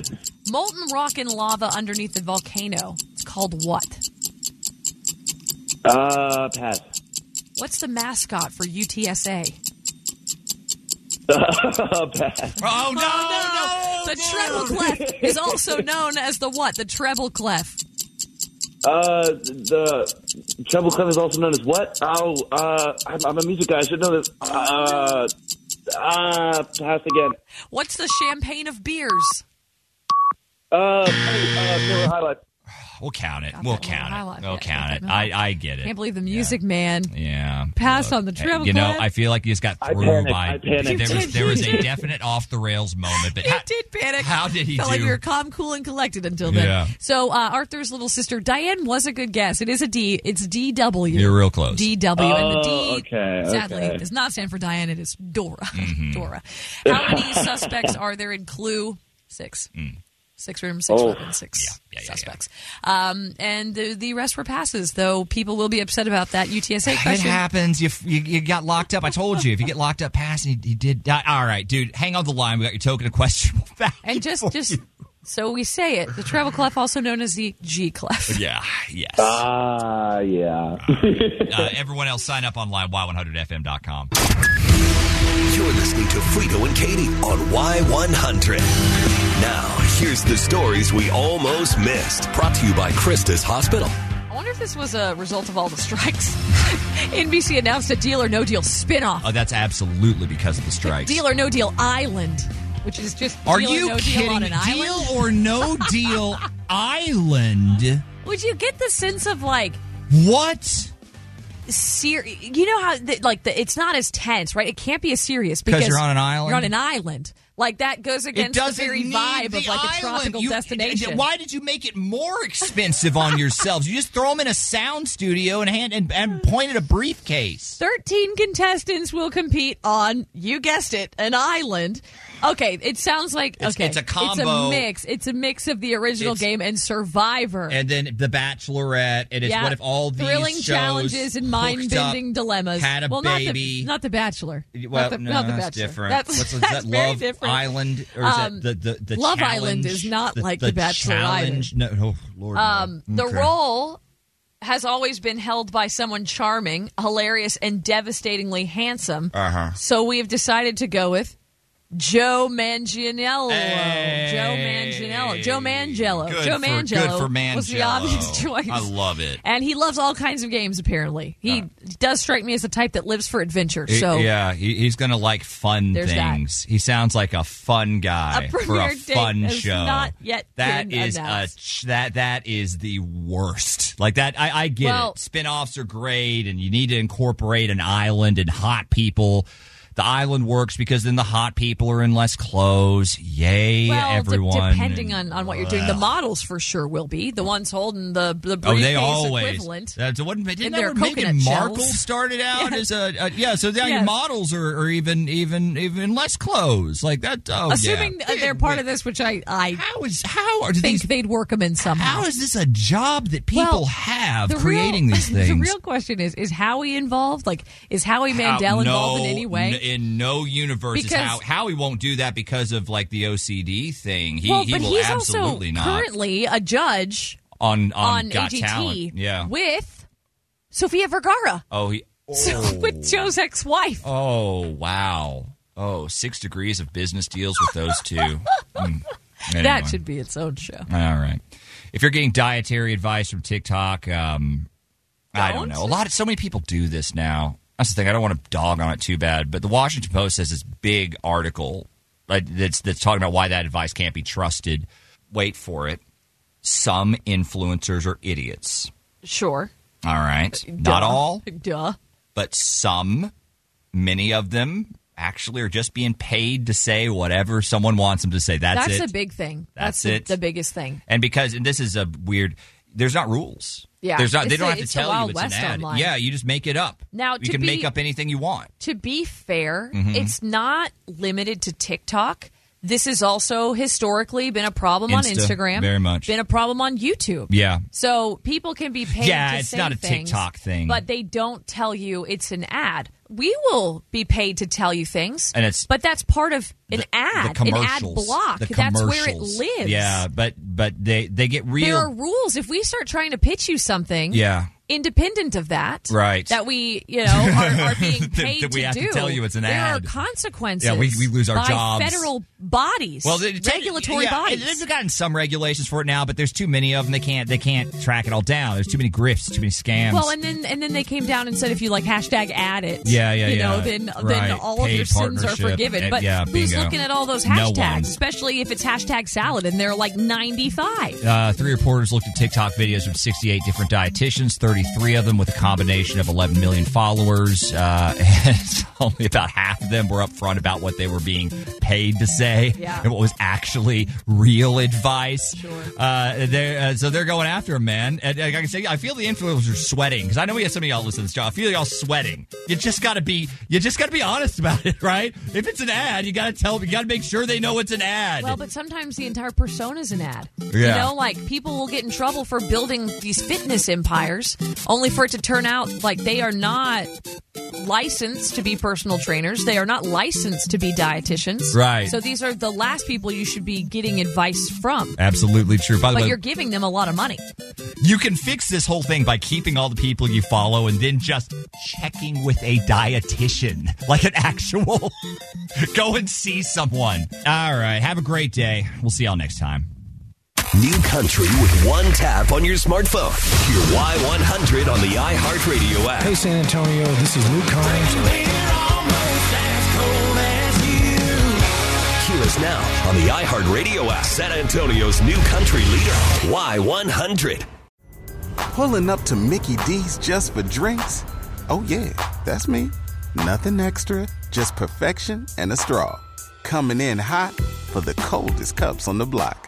Speaker 5: Molten rock and lava underneath the volcano. It's called what?
Speaker 21: Uh, pass.
Speaker 5: What's the mascot for UTSA?
Speaker 21: pass.
Speaker 5: Oh, no, no, no. The treble clef is also known as the what? The treble clef.
Speaker 21: Uh, the treble clef is also known as what? Oh, uh, I'm, I'm a music guy. I should know this. Uh, uh, pass again.
Speaker 5: What's the champagne of beers?
Speaker 21: Uh, hey, uh, Miller High Life.
Speaker 4: We'll count it. We'll
Speaker 5: I
Speaker 4: count
Speaker 5: like
Speaker 4: it. We'll
Speaker 5: that.
Speaker 4: count it. I, I get
Speaker 5: Can't
Speaker 4: it.
Speaker 5: believe the music man
Speaker 4: Yeah.
Speaker 5: passed on the treble
Speaker 4: You know,
Speaker 5: clef.
Speaker 4: I feel like you just got through
Speaker 21: panicked.
Speaker 4: by.
Speaker 21: I panicked.
Speaker 4: There
Speaker 5: You
Speaker 4: was,
Speaker 5: did.
Speaker 4: there was
Speaker 5: You
Speaker 4: a
Speaker 5: did.
Speaker 4: definite off the rails moment, but
Speaker 5: You did panic.
Speaker 4: how did he
Speaker 5: Felt like
Speaker 4: do?
Speaker 5: you were calm, cool, and collected until then.
Speaker 4: Yeah.
Speaker 5: So uh, Arthur's little sister Diane was a good guess. It is a D. It's DW.
Speaker 4: You're real close.
Speaker 5: DW and the
Speaker 4: Oh,
Speaker 5: D.
Speaker 4: okay,
Speaker 5: sadly
Speaker 4: okay.
Speaker 5: does not stand for Diane. It is Dora.
Speaker 4: Mm-hmm.
Speaker 5: Dora. How many suspects are there in Clue? Six.
Speaker 4: Mm.
Speaker 5: Six rooms, six
Speaker 4: Oh.
Speaker 5: weapons, six suspects. Um, and the, the rest were passes, though people will be upset about that UTSA
Speaker 4: it
Speaker 5: question.
Speaker 4: happens. You, you you got locked up. I told you. If you get locked up, pass. And you, you did. die. All right, dude. Hang on the line. We got your token of question.
Speaker 5: And just, just so we say it, the treble clef, also known as the G clef.
Speaker 4: yeah. Yes.
Speaker 21: Ah, yeah.
Speaker 4: Uh, everyone else, sign up online. Y100fm.com.
Speaker 1: You're listening to Frito and Katie on Y100. Now, here's the stories we almost missed. Brought to you by Christus Hospital.
Speaker 5: I wonder if this was a result of all the strikes. NBC announced a Deal or No Deal spinoff,
Speaker 4: Oh, that's absolutely because of the strikes.
Speaker 5: Deal or No Deal Island, which is just
Speaker 4: Are
Speaker 5: Deal
Speaker 4: you
Speaker 5: or No Deal on
Speaker 4: kidding?
Speaker 5: an
Speaker 4: Deal
Speaker 5: island.
Speaker 4: or no deal island?
Speaker 5: Would you get the sense of like
Speaker 4: what?
Speaker 5: Ser- you know how the, like the, it's not as tense, right? It can't be as serious
Speaker 4: 'Cause
Speaker 5: because
Speaker 4: you're on an island?
Speaker 5: You're on an island. Like that goes against the
Speaker 4: doesn't
Speaker 5: very
Speaker 4: need
Speaker 5: vibe of
Speaker 4: the
Speaker 5: like a
Speaker 4: island.
Speaker 5: tropical
Speaker 4: You-
Speaker 5: destination.
Speaker 4: Why did you make it more expensive on yourselves? You just throw them in a sound studio and hand and, and point at a briefcase.
Speaker 5: 13 contestants will compete on, you guessed it, an island. Okay, it sounds like
Speaker 4: It's-
Speaker 5: okay.
Speaker 4: it's a combo.
Speaker 5: mix. It's a mix of the original
Speaker 4: It's-
Speaker 5: game and Survivor.
Speaker 4: And then the Bachelorette, and it's
Speaker 5: yeah,
Speaker 4: what if all these
Speaker 5: thrilling
Speaker 4: shows
Speaker 5: challenges and mind
Speaker 4: hooked up-
Speaker 5: bending dilemmas?
Speaker 4: had a
Speaker 5: well, Not the,
Speaker 4: baby.
Speaker 5: not the Bachelor.
Speaker 4: Well,
Speaker 5: not the,
Speaker 4: no,
Speaker 5: not the
Speaker 4: that's
Speaker 5: Bachelor.
Speaker 4: different.
Speaker 5: That's,
Speaker 4: What's- is
Speaker 5: that's
Speaker 4: that
Speaker 5: very
Speaker 4: Love
Speaker 5: different.
Speaker 4: Island or is
Speaker 5: Um,
Speaker 4: that the, the, the
Speaker 5: Love Island is
Speaker 4: challenge?
Speaker 5: not
Speaker 4: The-
Speaker 5: like
Speaker 4: the,
Speaker 5: the Bachelor
Speaker 4: challenge? No, oh, Lord. no.
Speaker 5: Um, the
Speaker 4: Okay.
Speaker 5: role has always been held by someone charming, hilarious, and devastatingly handsome.
Speaker 4: Uh-huh.
Speaker 5: So we have decided to go with Joe Manganiello. Joe Manganiello. Joe Mangello.
Speaker 4: Good
Speaker 5: Joe
Speaker 4: for-
Speaker 5: Mangello.
Speaker 4: Good for
Speaker 5: Was the
Speaker 4: Mangello.
Speaker 5: obvious choice.
Speaker 4: I love it.
Speaker 5: And he loves all kinds of games. Apparently, he does strike me as the type that lives for adventure.
Speaker 4: He-
Speaker 5: So
Speaker 4: yeah, he, he's gonna like fun
Speaker 5: There's that.
Speaker 4: things. He sounds like a fun guy
Speaker 5: A
Speaker 4: for a
Speaker 5: premiere date
Speaker 4: fun
Speaker 5: has
Speaker 4: show.
Speaker 5: not yet
Speaker 4: that
Speaker 5: been
Speaker 4: is
Speaker 5: announced.
Speaker 4: a ch- that that is the worst. Like that, I, I get
Speaker 5: Well-
Speaker 4: it. Spin-offs are great, and you need to incorporate an island and hot people. The island works because then the hot people are in less clothes. Yay,
Speaker 5: Well, de-
Speaker 4: everyone!
Speaker 5: depending on, on what you're doing, the
Speaker 4: Ugh.
Speaker 5: models for sure will be the ones holding the the
Speaker 4: Oh,
Speaker 5: briefcase
Speaker 4: they always.
Speaker 5: equivalent.
Speaker 4: That's what.
Speaker 5: in
Speaker 4: Didn't
Speaker 5: their
Speaker 4: that what Meghan
Speaker 5: coconut
Speaker 4: Markle
Speaker 5: shells.
Speaker 4: started out as a, a yeah? So now
Speaker 5: Yes.
Speaker 4: your models are, are even even even less clothes like that. Oh,
Speaker 5: Assuming
Speaker 4: yeah.
Speaker 5: that they're part of this, which I I
Speaker 4: how is how are
Speaker 5: think
Speaker 4: these-
Speaker 5: they'd work them in somehow.
Speaker 4: How is this a job that people
Speaker 5: Well,
Speaker 4: have
Speaker 5: the real-
Speaker 4: creating these things?
Speaker 5: The real question is: Is Howie involved? Like, is Howie Mandel
Speaker 4: How-
Speaker 5: involved in
Speaker 4: no,
Speaker 5: any way?
Speaker 4: n- in no universe is
Speaker 5: Because-
Speaker 4: how Howie won't do that because of like the OCD thing. He,
Speaker 5: well,
Speaker 4: he
Speaker 5: but
Speaker 4: will
Speaker 5: he's also
Speaker 4: absolutely not
Speaker 5: currently a judge
Speaker 4: on on,
Speaker 5: on,
Speaker 4: Got
Speaker 5: AGT
Speaker 4: Talent. Yeah.
Speaker 5: with Sofia Vergara,
Speaker 4: oh, he. Oh.
Speaker 5: so, with Joe's ex-wife.
Speaker 4: Oh, wow. Oh, six degrees of business deals with those two. Mm. Anyway.
Speaker 5: That should be its own show.
Speaker 4: All right. If you're getting dietary advice from TikTok, um, I don't know. A lot of so many people do this now. That's the thing. I don't want to dog on it too bad, but the Washington Post has this big article like, that's that's talking about why that advice can't be trusted. Wait for it. Some influencers are idiots.
Speaker 5: Sure.
Speaker 4: All right. Not
Speaker 5: Uh, Duh.
Speaker 4: all
Speaker 5: Duh.
Speaker 4: but some, many of them, actually are just being paid to say whatever someone wants them to say. That's,
Speaker 5: That's
Speaker 4: it.
Speaker 5: a big thing.
Speaker 4: That's
Speaker 5: the-
Speaker 4: it.
Speaker 5: The biggest thing.
Speaker 4: and because and this is a weird. There's not rules.
Speaker 5: Yeah.
Speaker 4: There's not.
Speaker 5: It's
Speaker 4: they don't
Speaker 5: the-
Speaker 4: have to
Speaker 5: it's the
Speaker 4: tell
Speaker 5: Wild
Speaker 4: you it's
Speaker 5: West
Speaker 4: an ad.
Speaker 5: online.
Speaker 4: Yeah. You just make it up.
Speaker 5: Now,
Speaker 4: you
Speaker 5: to
Speaker 4: can
Speaker 5: be-
Speaker 4: make up anything you want.
Speaker 5: To be fair,
Speaker 4: Mhm.
Speaker 5: it's not limited to TikTok. This has also historically been a problem on
Speaker 4: Insta,
Speaker 5: Instagram.
Speaker 4: very much.
Speaker 5: Been a problem on YouTube.
Speaker 4: Yeah.
Speaker 5: So people can be paid.
Speaker 4: Yeah,
Speaker 5: to
Speaker 4: it's
Speaker 5: say
Speaker 4: not a
Speaker 5: things,
Speaker 4: TikTok thing.
Speaker 5: but they don't tell you it's an ad. We will be paid to tell you things,
Speaker 4: And it's-
Speaker 5: but that's part of an ad,
Speaker 4: the
Speaker 5: an
Speaker 4: commercials.
Speaker 5: ad block.
Speaker 4: The
Speaker 5: that's where it
Speaker 4: commercials.
Speaker 5: lives.
Speaker 4: Yeah. But but they they get real.
Speaker 5: There are rules. If we start trying to pitch you something,
Speaker 4: Yeah.
Speaker 5: independent of that,
Speaker 4: Right.
Speaker 5: That we, you know, are, are being
Speaker 4: That-
Speaker 5: paid
Speaker 4: that we
Speaker 5: to
Speaker 4: have to
Speaker 5: do.
Speaker 4: tell you it's an
Speaker 5: there
Speaker 4: ad.
Speaker 5: are consequences.
Speaker 4: Yeah, we- we lose our
Speaker 5: by
Speaker 4: jobs.
Speaker 5: Federal bodies.
Speaker 4: Well, they- they-
Speaker 5: regulatory
Speaker 4: yeah,
Speaker 5: bodies.
Speaker 4: They've gotten some regulations for it now, but there's too many of them. They can't they can't track it all down. There's too many grifts, too many scams.
Speaker 5: Well, and then and then they came down and said if you like hashtag add it,
Speaker 4: Yeah, yeah,
Speaker 5: you know,
Speaker 4: yeah.
Speaker 5: then
Speaker 4: Right.
Speaker 5: then all of
Speaker 4: Paid
Speaker 5: your sins are
Speaker 4: partnership.
Speaker 5: forgiven.
Speaker 4: Eh,
Speaker 5: But
Speaker 4: yeah,
Speaker 5: who's
Speaker 4: bingo.
Speaker 5: looking at all those
Speaker 4: No
Speaker 5: hashtags,
Speaker 4: one.
Speaker 5: especially if it's hashtag salad and they're like ninety five?
Speaker 4: Uh, three reporters looked at TikTok videos from 68 different dietitians, 33 of them with a combination of 11 million followers. Uh, and only about half of them were upfront about what they were being paid to say
Speaker 20: Yeah.
Speaker 4: and what was actually real advice. Sure. Uh, they're, uh, so they're going after him, man. And uh, I can say, I feel the influencers sweating because I know we have some of y'all listening to this show. I feel y'all sweating. You just got to be, you just got to be honest about it, right? If it's an ad, you got to tell, you got to make sure they know it's an ad.
Speaker 5: Well, but sometimes the entire persona is an ad. You
Speaker 4: Yeah.
Speaker 5: know, like people will get in trouble for building these fitness empires, only for it to turn out like they are not licensed to be personal trainers. They are not licensed to be dietitians.
Speaker 4: Right.
Speaker 5: So these are the last people you should be getting advice from.
Speaker 4: Absolutely true. By the
Speaker 5: but
Speaker 4: way,
Speaker 5: you're giving them a lot of money.
Speaker 4: You can fix this whole thing by keeping all the people you follow and then just checking with a dietitian, like an actual. Go and see someone. All right. Have a great day. We'll see y'all next time.
Speaker 1: New country with one tap on your smartphone. Hear Y100 on the iHeartRadio app.
Speaker 22: Hey, San Antonio, this is Luke Combs.
Speaker 1: Hear us now on the iHeartRadio app. San Antonio's new country leader, Y100.
Speaker 23: Pulling up to Mickey D's just for drinks? Oh, yeah, that's me. Nothing extra, just perfection and a straw. Coming in hot for the coldest cups on the block.